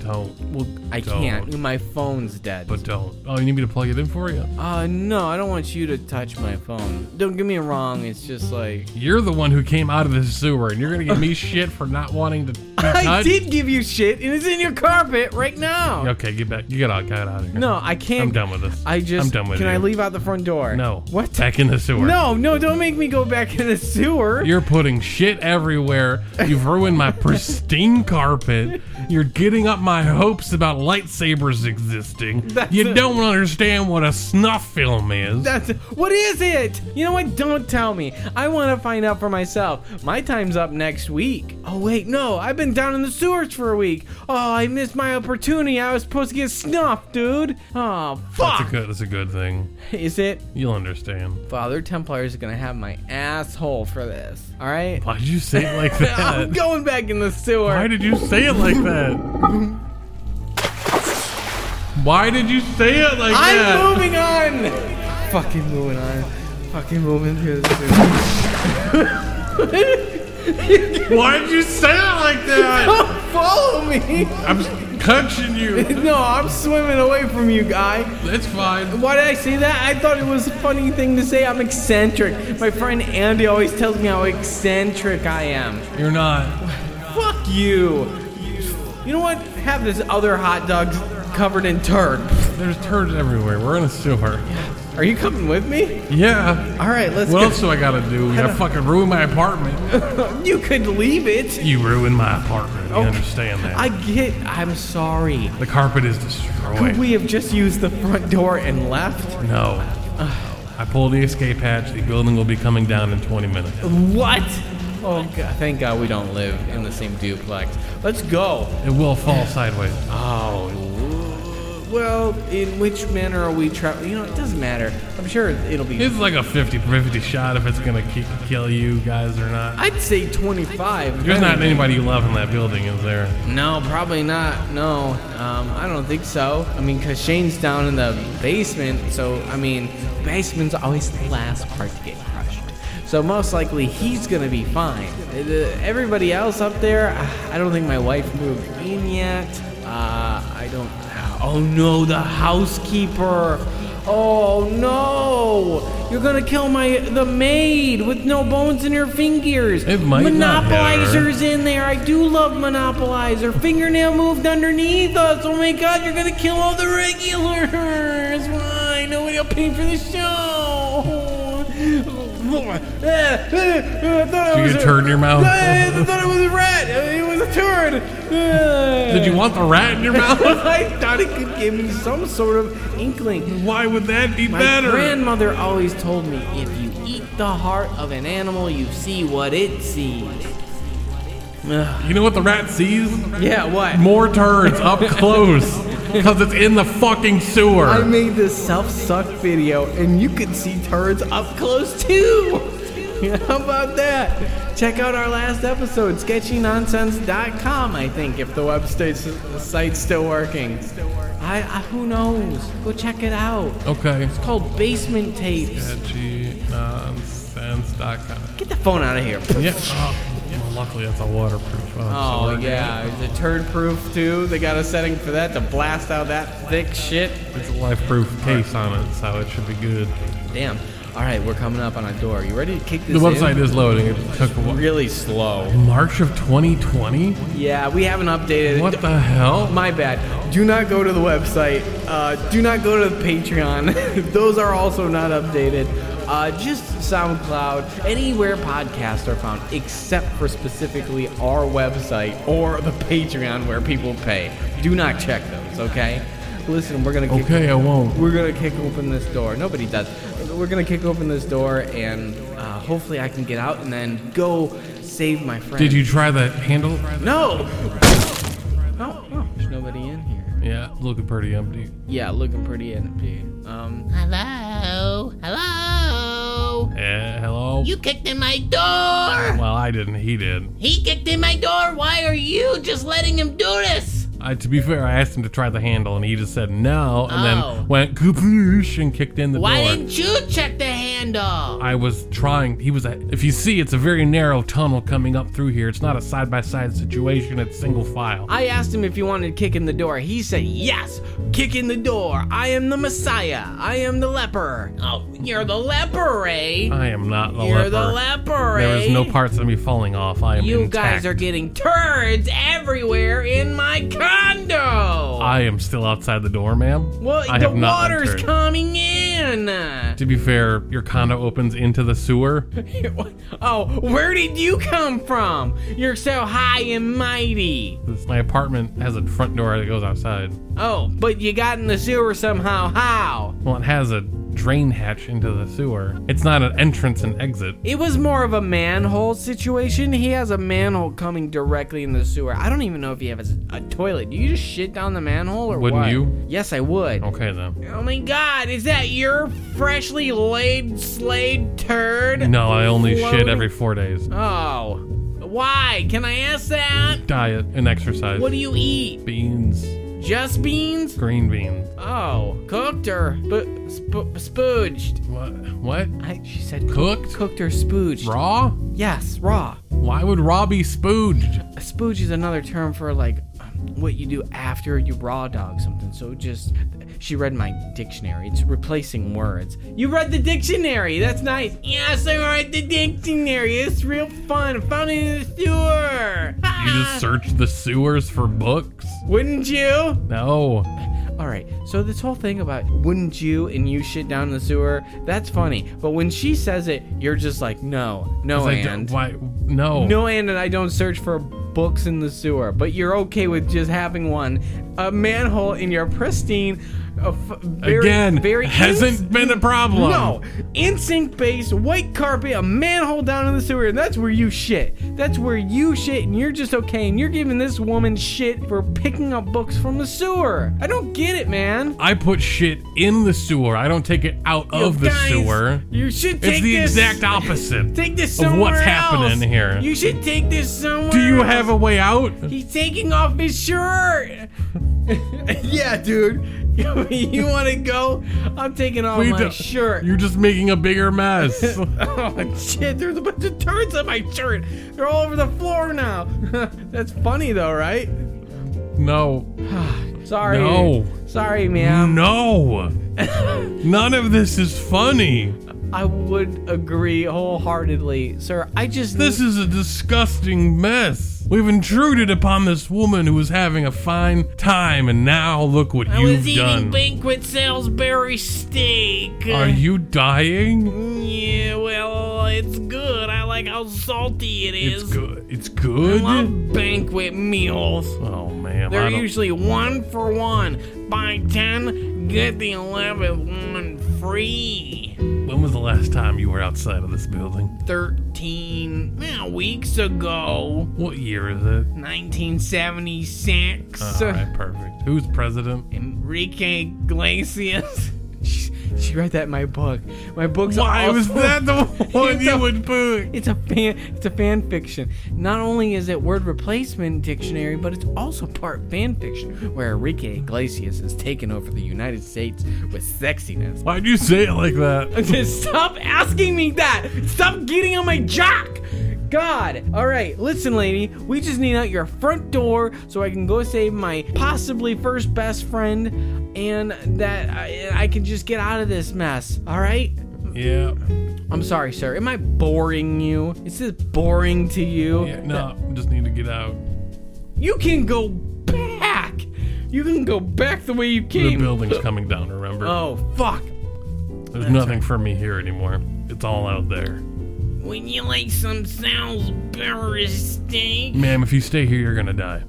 Speaker 1: Don't.
Speaker 2: Well, I
Speaker 1: Don't.
Speaker 2: can't. My phone's dead.
Speaker 1: But don't. Oh, you need me to plug it in for you?
Speaker 2: uh, no, I don't want you to touch my phone. Don't get me wrong. It's just like
Speaker 1: You're the one who came out of the sewer, and you're gonna
Speaker 2: <laughs>
Speaker 1: give me shit for not wanting to be
Speaker 2: I
Speaker 1: touched?
Speaker 2: did give you shit, and it's in your carpet right now.
Speaker 1: Okay, get back. You get out. Get out of here.
Speaker 2: No, I can't.
Speaker 1: I'm done with this.
Speaker 2: I just.
Speaker 1: I'm done with
Speaker 2: Can
Speaker 1: you.
Speaker 2: I leave out the front door?
Speaker 1: No.
Speaker 2: What?
Speaker 1: Back in the sewer.
Speaker 2: no, no! Don't make me go back in the sewer.
Speaker 1: You're putting shit everywhere. You've ruined
Speaker 2: <laughs>
Speaker 1: my pristine carpet. You're getting up my hopes about lightsabers existing.
Speaker 2: That's
Speaker 1: you
Speaker 2: it.
Speaker 1: don't understand what a snuff film is.
Speaker 2: That's what is it? You know what? Don't tell me. I want to find out for myself. My time's up next week. Oh wait, no. I've been down in the sewers for a week. Oh, I missed my opportunity. I was supposed to get snuffed, dude. Oh
Speaker 1: That's a
Speaker 2: fuck.
Speaker 1: good. That's a good thing.
Speaker 2: Is it?
Speaker 1: You'll understand.
Speaker 2: Father Templar's gonna have my asshole for this. All right.
Speaker 1: Why'd you say it
Speaker 2: <laughs>
Speaker 1: like
Speaker 2: I'm
Speaker 1: that?
Speaker 2: going back in the sewer.
Speaker 1: Why did you say it like that? Why did you say it like
Speaker 2: I'm
Speaker 1: that?
Speaker 2: moving on. Fucking moving on. Fucking moving through the sewer.
Speaker 1: Why did you say it like that?
Speaker 2: Don't <laughs> follow me.
Speaker 1: I'm punching you.
Speaker 2: No, I'm swimming away from you, guy.
Speaker 1: That's fine.
Speaker 2: Why did I say that? I thought it was a funny thing to say. I'm eccentric. My friend Andy always tells me how eccentric I am.
Speaker 1: You're not.
Speaker 2: Fuck you. You know what? Have this other hot dog covered in turd.
Speaker 1: There's turds everywhere. We're in a sewer.
Speaker 2: Are you coming with me?
Speaker 1: Yeah.
Speaker 2: All right, let's
Speaker 1: What
Speaker 2: go.
Speaker 1: else do I gotta do? You gotta fucking ruin my apartment.
Speaker 2: <laughs> You could leave it.
Speaker 1: You ruined my apartment. You
Speaker 2: Okay.
Speaker 1: understand that?
Speaker 2: I get. I'm sorry.
Speaker 1: the carpet is destroyed.
Speaker 2: Could we have just used the front door and left?
Speaker 1: no. I pulled the escape hatch. The building will be coming down in 20 minutes.
Speaker 2: What? Oh god! Thank God we don't live in the same duplex. Let's go.
Speaker 1: It will fall sideways.
Speaker 2: Oh, well, in which manner are we traveling? You know, it doesn't matter. I'm sure it'll be.
Speaker 1: It's like a 50 50 shot if it's gonna ki- kill you guys or not.
Speaker 2: I'd say 25.
Speaker 1: There's not anybody you love in that building, is there?
Speaker 2: No, probably not. No, um, I don't think so. I mean, cause Shane's down in the basement, so I mean, basement's always the last part to get crushed. So most likely he's gonna be fine. Uh, Everybody else up there, uh, I- I don't think my wife moved in yet. Uh, I don't. Oh no, the housekeeper. Oh no! You're gonna kill my the maid with no bones in her fingers.
Speaker 1: It might not hit her.
Speaker 2: Monopolizer is in there. I do love Monopolizer. Fingernail moved underneath us. Oh my god, you're gonna kill all the regulars. Why? Nobody will pay for the show. Did
Speaker 1: you get a turd in your mouth?
Speaker 2: I thought it was a rat. It was a turd.
Speaker 1: Did you want the rat in your mouth?
Speaker 2: <laughs> I thought it could give me some sort of inkling.
Speaker 1: Why would that be
Speaker 2: My
Speaker 1: better?
Speaker 2: grandmother always told me if you eat the heart of an animal, you see what it sees. Ugh.
Speaker 1: you know what the rat sees?
Speaker 2: Yeah, what?
Speaker 1: More turds up close because it's in the fucking sewer.
Speaker 2: I made this self suck video and you can see turds up close too. <laughs> How about that? Check out our last episode, sketchynonsense.com, I think, if the website's the site's still working. I, I who knows? Go check it out.
Speaker 1: okay.
Speaker 2: It's called Basement Tapes.
Speaker 1: Sketchynonsense.com.
Speaker 2: Get the phone out of here.
Speaker 1: Yeah. Oh, well, luckily, that's a waterproof phone. so
Speaker 2: Oh
Speaker 1: we're good.
Speaker 2: yeah, the turd proof too. They got a setting for that to blast out that thick shit.
Speaker 1: It's a life proof case on it, so it should be good.
Speaker 2: Damn. All right, we're coming up on a door. You ready to kick
Speaker 1: The
Speaker 2: this?
Speaker 1: website
Speaker 2: in?
Speaker 1: is loading. It took a while.
Speaker 2: really slow.
Speaker 1: March of 2020?
Speaker 2: Yeah, we haven't updated.
Speaker 1: What
Speaker 2: it.
Speaker 1: the hell?
Speaker 2: <laughs> My bad. Do not go to the website. Uh, do not go to the Patreon. <laughs> Those are also not updated. Uh, just SoundCloud, anywhere podcasts are found, except for specifically our website or the Patreon where people pay. Do not check those, okay? Listen, we're gonna kick
Speaker 1: Okay, I won't.
Speaker 2: we're gonna kick open this door. Nobody does. We're gonna kick open this door, and uh, hopefully I can get out and then go save my friend.
Speaker 1: Did you try that handle?
Speaker 2: No. No, no. There's nobody in here.
Speaker 1: Yeah, looking pretty empty.
Speaker 2: Yeah, looking pretty empty. Um.
Speaker 5: Hello? Hello?
Speaker 1: Eh, hello?
Speaker 5: You kicked in my door!
Speaker 1: Well, I didn't. He did.
Speaker 5: He kicked in my door! Why are you just letting him do this?
Speaker 1: I, to be fair, I asked him to try the handle, and he just said no, and
Speaker 5: Oh.
Speaker 1: then went kaploosh and kicked in the
Speaker 5: Why
Speaker 1: door.
Speaker 5: didn't you check the handle?
Speaker 1: I was trying. He was. A, if you see, it's a very narrow tunnel coming up through here. It's not a side by side situation. It's single file.
Speaker 2: I asked him if he wanted to kick in the door. He said, Yes, kick in the door. I am the Messiah. I am the leper.
Speaker 5: Oh, you're the leper, eh?
Speaker 1: I am not the
Speaker 2: You're
Speaker 1: leper.
Speaker 2: the leper.
Speaker 1: There
Speaker 2: eh?
Speaker 1: is no parts of me falling off. I am
Speaker 2: You
Speaker 1: intact.
Speaker 2: guys are getting turds everywhere in my condo.
Speaker 1: I am still outside the door, ma'am.
Speaker 2: well,
Speaker 1: I
Speaker 2: the
Speaker 1: have not
Speaker 2: water's
Speaker 1: entered.
Speaker 2: coming in.
Speaker 1: To be fair, your condo opens into the sewer.
Speaker 2: <laughs>
Speaker 1: <laughs>
Speaker 2: oh, where did you come from? You're so high and mighty.
Speaker 1: This- My apartment has a front door that goes outside.
Speaker 2: Oh, but you got in the sewer somehow. How?
Speaker 1: Well, it has a drain hatch into the sewer. It's not an entrance and exit.
Speaker 2: It was more of a manhole situation. He has a manhole coming directly in the sewer. I don't even know if he has a toilet. Do you just shit down the manhole or
Speaker 1: Wouldn't
Speaker 2: what?
Speaker 1: you?
Speaker 2: Yes, I would.
Speaker 1: Okay then.
Speaker 2: Oh my god, is that your freshly laid slayed turd?
Speaker 1: No, I only shit
Speaker 2: Floating-
Speaker 1: every four days.
Speaker 2: Oh. Why? Can I ask that?
Speaker 1: Diet and exercise.
Speaker 2: What do you eat?
Speaker 1: beans,
Speaker 2: Just beans?
Speaker 1: green beans.
Speaker 2: Oh, cooked or sp- sp- spooged?
Speaker 1: What? What?
Speaker 2: I, she said
Speaker 1: Cooked?
Speaker 2: Cooked or spooged?
Speaker 1: Raw?
Speaker 2: Yes, raw.
Speaker 1: Why would raw be spooged?
Speaker 2: A spooge is another term for like what you do after you raw dog something. So just she read my dictionary. It's replacing words. You read the dictionary. That's nice. Yes, I read the dictionary. It's real fun. I Found it in the sewer.
Speaker 1: You
Speaker 2: Ah.
Speaker 1: just search the sewers for books?
Speaker 2: Wouldn't you?
Speaker 1: No.
Speaker 2: All right. So this whole thing about wouldn't you and you shit down in the sewer. That's funny. But when she says it, you're just like no, no,
Speaker 1: I don't-
Speaker 2: and
Speaker 1: why? No.
Speaker 2: No, and I don't search for books in the sewer, but you're okay with just having one. A manhole in your pristine, uh, f- very,
Speaker 1: Again, <laughs>
Speaker 2: very
Speaker 1: hasn't
Speaker 2: ins-
Speaker 1: been a problem.
Speaker 2: no instinct based white carpet, a manhole down in the sewer, and that's where you shit. That's where you shit, and you're just okay, and you're giving this woman shit for picking up books from the sewer. I don't get it, man.
Speaker 1: I put shit in the sewer. I don't take it out of the
Speaker 2: Guys,
Speaker 1: sewer.
Speaker 2: You should take
Speaker 1: It's the
Speaker 2: this.
Speaker 1: exact opposite.
Speaker 2: Take this
Speaker 1: of
Speaker 2: somewhere
Speaker 1: what's happening
Speaker 2: else.
Speaker 1: here.
Speaker 2: You should take this somewhere.
Speaker 1: Do you
Speaker 2: else.
Speaker 1: have a way out?
Speaker 2: He's taking off his shirt. <laughs> yeah,
Speaker 5: <laughs>
Speaker 2: dude. you want to go? I'm taking off
Speaker 1: We
Speaker 2: my
Speaker 1: don't-
Speaker 2: shirt.
Speaker 1: You're just making a bigger
Speaker 5: <laughs>
Speaker 1: mess.
Speaker 2: <laughs> oh shit! There's a bunch of turds on my shirt. They're all over the floor now. <laughs> That's funny though, right?
Speaker 1: no.
Speaker 2: Sorry.
Speaker 1: No.
Speaker 2: Sorry, ma'am.
Speaker 1: No. None of this is funny.
Speaker 2: I would agree wholeheartedly, sir. I just
Speaker 1: This is a disgusting mess. We've intruded upon this woman who was having a fine time, and now look what
Speaker 5: I
Speaker 1: you've
Speaker 5: was eating
Speaker 1: done.
Speaker 5: banquet Salisbury steak.
Speaker 1: Are you dying?
Speaker 5: Yeah, well, it's good. I like how salty it
Speaker 1: It's
Speaker 5: is.
Speaker 1: good. It's good.
Speaker 2: love banquet meals.
Speaker 1: Oh man,
Speaker 2: They're
Speaker 1: I don't-
Speaker 2: usually one for one. Buy ten, get the eleventh one free.
Speaker 1: when was the last time you were outside of this building?
Speaker 2: 13 yeah, weeks ago,
Speaker 1: What year is it?
Speaker 2: 1976.
Speaker 1: All right, perfect. Who's president?
Speaker 2: Enrique Iglesias. <laughs> she, she read that in my book. My book's
Speaker 1: Why
Speaker 2: awful. <laughs>
Speaker 1: was that the one
Speaker 2: It's
Speaker 1: you
Speaker 2: a-
Speaker 1: would put?
Speaker 2: It's a fan. It's a fan fiction. Not only is it word replacement dictionary, but it's also part fan fiction, where Enrique Iglesias has taken over the United States with sexiness. <laughs>
Speaker 1: Why'd you say it like that?
Speaker 2: Just stop asking me that. Stop getting on my jock. God. All right, listen, lady. We just need out your front door so I can go save my possibly first best friend, and that I, I can just get out of this mess. All right.
Speaker 1: Yeah.
Speaker 2: I'm sorry, sir. Am I boring you? Is this boring to you?
Speaker 1: yeah no, just need to get out.
Speaker 2: You can go back. You can go back the way you
Speaker 1: The
Speaker 2: came.
Speaker 1: building's coming down. Remember?
Speaker 2: Oh fuck.
Speaker 1: There's nothing for me here anymore. It's all out there.
Speaker 5: Would you like some Salisbury steak?
Speaker 1: Ma'am, if you stay here, you're gonna die.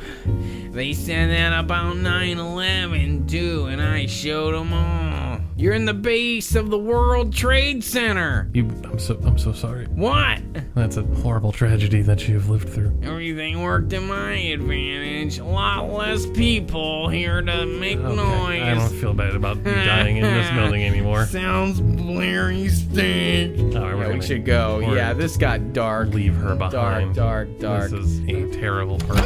Speaker 2: They said that about 9/11 too, and I showed them all. You're in the base of the World Trade Center.
Speaker 1: You, I'm so, I'm so sorry.
Speaker 2: What?
Speaker 1: That's a horrible tragedy that you have lived through.
Speaker 2: Everything worked to my advantage. A lot less people here to make
Speaker 1: Okay, I don't
Speaker 2: noise.
Speaker 1: feel bad about you dying in this
Speaker 2: <laughs>
Speaker 1: building anymore.
Speaker 2: Sounds blurry stink.
Speaker 1: All right, we're
Speaker 2: Yeah, we
Speaker 1: gonna
Speaker 2: should go.
Speaker 1: we're
Speaker 2: Yeah, this got dark.
Speaker 1: leave her behind.
Speaker 2: Dark, dark, dark.
Speaker 1: This is a terrible person.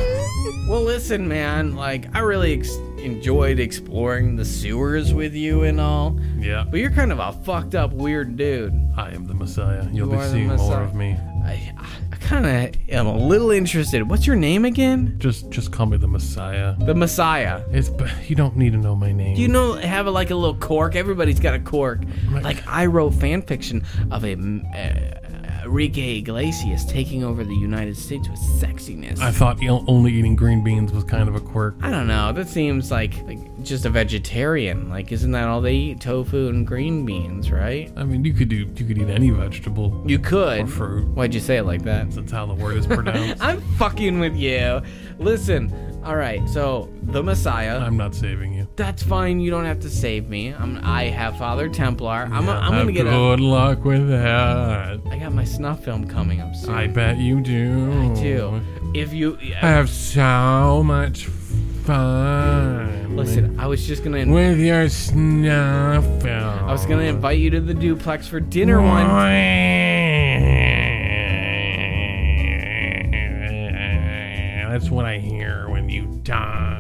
Speaker 2: Well, listen, man. Like, I really ex- enjoyed exploring the sewers with you and all,
Speaker 1: Yeah,
Speaker 2: but you're kind of a fucked up, weird dude.
Speaker 1: I am the Messiah. You'll
Speaker 2: You
Speaker 1: be
Speaker 2: are the
Speaker 1: seeing more
Speaker 2: Messiah.
Speaker 1: of me.
Speaker 2: I, I kind of am a little interested. What's your name again?
Speaker 1: Just, just call me the Messiah.
Speaker 2: The Messiah.
Speaker 1: It's b- you don't need to know my name.
Speaker 2: Do you know have a, like a little cork? Everybody's got a cork.
Speaker 1: my-
Speaker 2: Like I wrote fan fiction of a mm, uh, Enrique Iglesias taking over the United States with sexiness.
Speaker 1: I
Speaker 2: I,
Speaker 1: thought you know, only eating green beans was kind of a quirk.
Speaker 2: don't know. That seems like, like just a vegetarian. Like isn't that all they eat? Tofu and green beans, right?
Speaker 1: I mean, you could do, you could eat any vegetable
Speaker 2: You could.
Speaker 1: or fruit.
Speaker 2: Why'd you say it like that?
Speaker 1: That's how the word is
Speaker 2: <laughs>
Speaker 1: pronounced.
Speaker 2: I'm fucking with you. Listen. All right. So the Messiah.
Speaker 1: I'm not saving you.
Speaker 2: That's fine. You don't have to save me. I'm, I have Father Templar. I'm, I'm
Speaker 1: Have
Speaker 2: gonna get a.
Speaker 1: good luck with that.
Speaker 2: I got my snuff film coming up soon
Speaker 1: I bet you do. I
Speaker 2: too. If you
Speaker 1: I have so much fun.
Speaker 2: listen, I was just gonna. Inv-
Speaker 1: With your snuffle.
Speaker 2: I was gonna invite you to the duplex for dinner one.
Speaker 1: That's what I hear when you talk.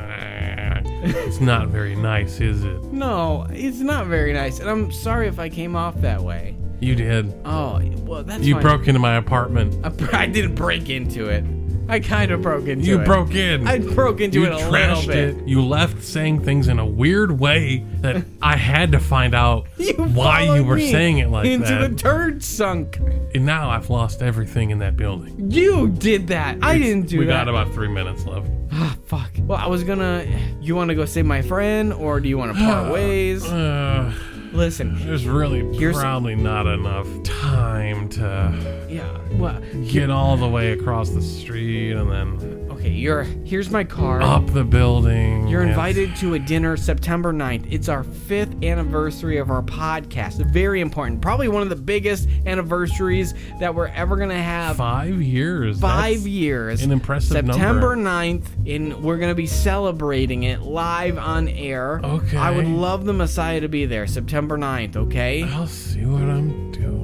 Speaker 1: it's not very nice, is it?
Speaker 2: No, it's not very nice, and I'm sorry if I came off that way.
Speaker 1: You did.
Speaker 2: Oh, well, that's
Speaker 1: You
Speaker 2: fine.
Speaker 1: broke into my apartment.
Speaker 2: I, br- I didn't break into it. I kind of broke into
Speaker 1: You
Speaker 2: it.
Speaker 1: broke in.
Speaker 2: I broke into
Speaker 1: you
Speaker 2: it a little
Speaker 1: trashed
Speaker 2: bit.
Speaker 1: it. You left saying things in a weird way that I had to find out
Speaker 2: <laughs> <laughs> You
Speaker 1: why you
Speaker 2: followed
Speaker 1: were
Speaker 2: me
Speaker 1: saying it like
Speaker 2: into
Speaker 1: that.
Speaker 2: the turd sunk.
Speaker 1: and now I've lost everything in that building.
Speaker 2: You did that. I didn't do
Speaker 1: we
Speaker 2: that.
Speaker 1: got about three minutes
Speaker 2: <laughs>
Speaker 1: left. <sighs>
Speaker 2: Ah, fuck. Well, I was gonna. You want to go save my friend, or do you want
Speaker 1: <gasps>
Speaker 2: to part ways?
Speaker 1: Uh,
Speaker 2: Listen,
Speaker 1: there's really
Speaker 2: Here's-
Speaker 1: probably not enough time to
Speaker 2: yeah. Well,
Speaker 1: get all the way across the street and then
Speaker 2: okay. You're here's my car.
Speaker 1: up the building.
Speaker 2: You're
Speaker 1: and-
Speaker 2: invited to a dinner September 9th. It's our fifth anniversary of our podcast. Very important. Probably one of the biggest anniversaries that we're ever going to have.
Speaker 1: Five years.
Speaker 2: Five
Speaker 1: That's-
Speaker 2: years.
Speaker 1: an impressive
Speaker 2: September
Speaker 1: number.
Speaker 2: 9th, and we're going to be celebrating it live on air.
Speaker 1: Okay.
Speaker 2: I would love the Messiah to be there September
Speaker 1: <sighs>
Speaker 2: 9th, okay?
Speaker 1: I'll see what I'm doing.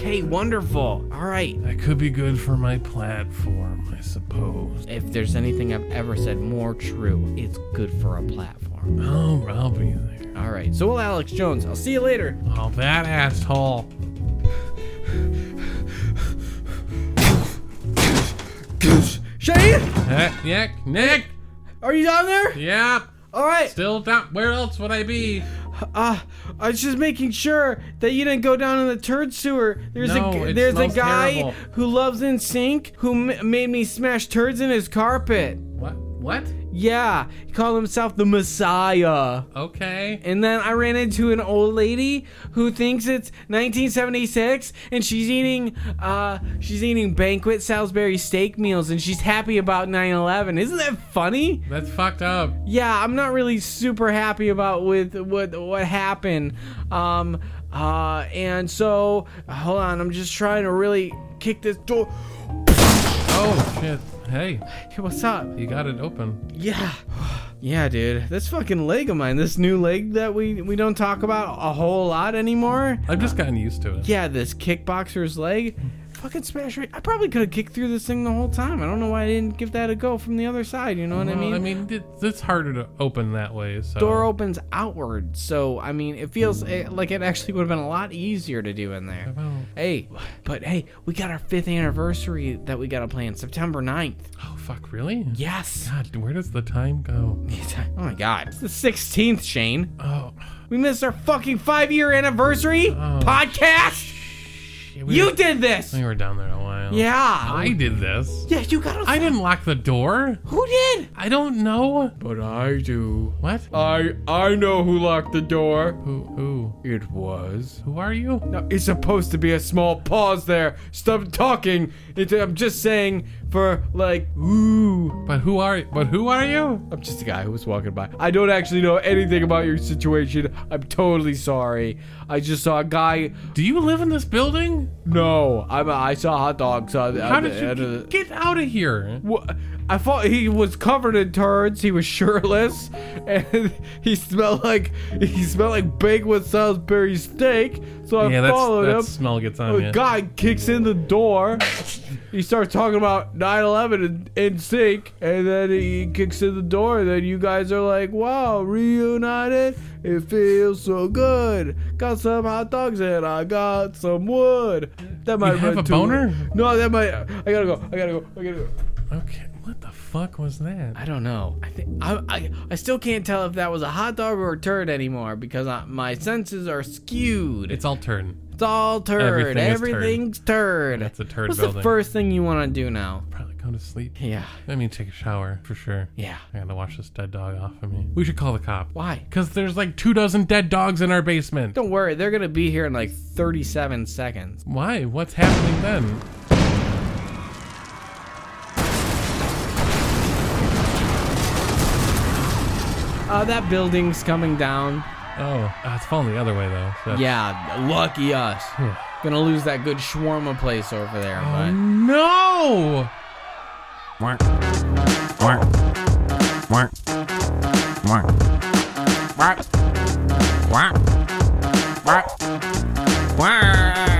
Speaker 2: Okay, wonderful. All right.
Speaker 1: That could be good for my platform, I suppose.
Speaker 2: If there's anything I've ever said more true, it's good for a platform.
Speaker 1: Oh, I'll be there.
Speaker 2: All right. So, well, Alex Jones, I'll see you later.
Speaker 1: Oh, that asshole.
Speaker 2: Shane,
Speaker 1: Eh, Nick, Nick.
Speaker 2: are you down there?
Speaker 1: Yeah.
Speaker 2: All right.
Speaker 1: Still down. Where else would I be?
Speaker 2: Uh, I was just making sure that you didn't go down in the turd sewer. There's
Speaker 1: No,
Speaker 2: a
Speaker 1: it
Speaker 2: there's a
Speaker 1: smells
Speaker 2: guy
Speaker 1: terrible.
Speaker 2: who loves in sync who m- made me smash turds in his carpet.
Speaker 1: What? What?
Speaker 2: Yeah, he called himself the Messiah.
Speaker 1: Okay.
Speaker 2: And then I ran into an old lady who thinks it's 1976, and she's eating uh, she's eating banquet Salisbury steak meals, and she's happy about 9/11. Isn't that funny?
Speaker 1: That's fucked up.
Speaker 2: Yeah, I'm not really super happy about with what what happened. Um, uh, and so hold on, I'm just trying to really kick this door.
Speaker 1: Oh shit. Hey,
Speaker 2: Hey, what's up?
Speaker 1: you got it open.
Speaker 2: Yeah. Yeah, dude. This fucking leg of mine, this new leg that we we don't talk about a whole lot anymore.
Speaker 1: I've just gotten used to it.
Speaker 2: yeah, this kickboxer's leg. Fucking smash right. I probably could have kicked through this thing the whole time. I don't know why I didn't give that a go from the other side. You know what
Speaker 1: Well,
Speaker 2: I mean?
Speaker 1: I mean, it- it's harder to open that way. So.
Speaker 2: Door opens outward, so I mean, it feels eh, like it actually would have been a lot easier to do in there.
Speaker 1: Well,
Speaker 2: Hey, but hey, we got our fifth anniversary that we got to plan September 9th.
Speaker 1: oh fuck, really?
Speaker 2: Yes.
Speaker 1: God, where does the time go?
Speaker 2: <laughs> oh my God. It's the 16th, Shane.
Speaker 1: Oh,
Speaker 2: We missed our fucking five year anniversary
Speaker 1: Oh,
Speaker 2: podcast.
Speaker 1: shit, we
Speaker 2: you
Speaker 1: were,
Speaker 2: did this.
Speaker 1: We were down there a while.
Speaker 2: Yeah.
Speaker 1: I did this.
Speaker 2: yeah, you got
Speaker 1: I
Speaker 2: us.
Speaker 1: didn't lock the door.
Speaker 2: Who did?
Speaker 1: I don't know.
Speaker 2: But I do.
Speaker 1: What?
Speaker 2: I I know who locked the door.
Speaker 1: Who? Who?
Speaker 2: It was.
Speaker 1: Who are you?
Speaker 2: No, it's supposed to be a small pause there. Stop talking. It, I'm just saying for like ooh
Speaker 1: But who are but who are you?
Speaker 2: I'm just a guy who was walking by. I don't actually know anything about your situation. I'm totally sorry. I just saw a guy.
Speaker 1: Do you live in this building?
Speaker 2: No, I'm, I saw hot dogs. Uh, On,
Speaker 1: How
Speaker 2: on the
Speaker 1: did you
Speaker 2: end of
Speaker 1: get,
Speaker 2: the-
Speaker 1: get out of here?
Speaker 2: Wha- I thought he was covered in turds. He was shirtless, <laughs> and he smelled like he smelled like baked with Salisbury steak. So I
Speaker 1: Yeah, that's
Speaker 2: followed
Speaker 1: that
Speaker 2: him.
Speaker 1: smell gets on
Speaker 2: A
Speaker 1: you.
Speaker 2: guy Oh, kicks in the door. he starts talking about 9/11 in, in sync, and then he kicks in the door. And then you guys are like, "Wow, reunited! It feels so good. Got some hot dogs and I got some wood." That might
Speaker 1: have
Speaker 2: been
Speaker 1: a
Speaker 2: too-
Speaker 1: boner?
Speaker 2: No, that might. I gotta go. I gotta go. I gotta go.
Speaker 1: Okay, what the fuck was that?
Speaker 2: I don't know. I think I, I I still can't tell if that was a hot dog or a turd anymore because I, my senses are skewed.
Speaker 1: It's all turn.
Speaker 2: It's all turd.
Speaker 1: Everything is turd.
Speaker 2: Everything's turd.
Speaker 1: That's a turd
Speaker 2: What's the
Speaker 1: building.
Speaker 2: first thing you want to do now?
Speaker 1: Probably go to sleep.
Speaker 2: Yeah.
Speaker 1: I mean, take a shower for sure.
Speaker 2: Yeah.
Speaker 1: I gotta wash this dead dog off of me. We should call the cop.
Speaker 2: Why?
Speaker 1: Because there's like two dozen dead dogs in our basement.
Speaker 2: Don't worry, they're gonna be here in like 37 seconds.
Speaker 1: Why? What's happening then?
Speaker 2: Uh, that building's coming down.
Speaker 1: Oh, ah, it's falling the other way though. so that's-
Speaker 2: Yeah, lucky us. Gonna lose that good shawarma place over there,
Speaker 1: <sighs> Oh,
Speaker 2: but
Speaker 1: no!
Speaker 6: Quack. Quack. Quack. Quack. Quack. Quack. Quack. Quack.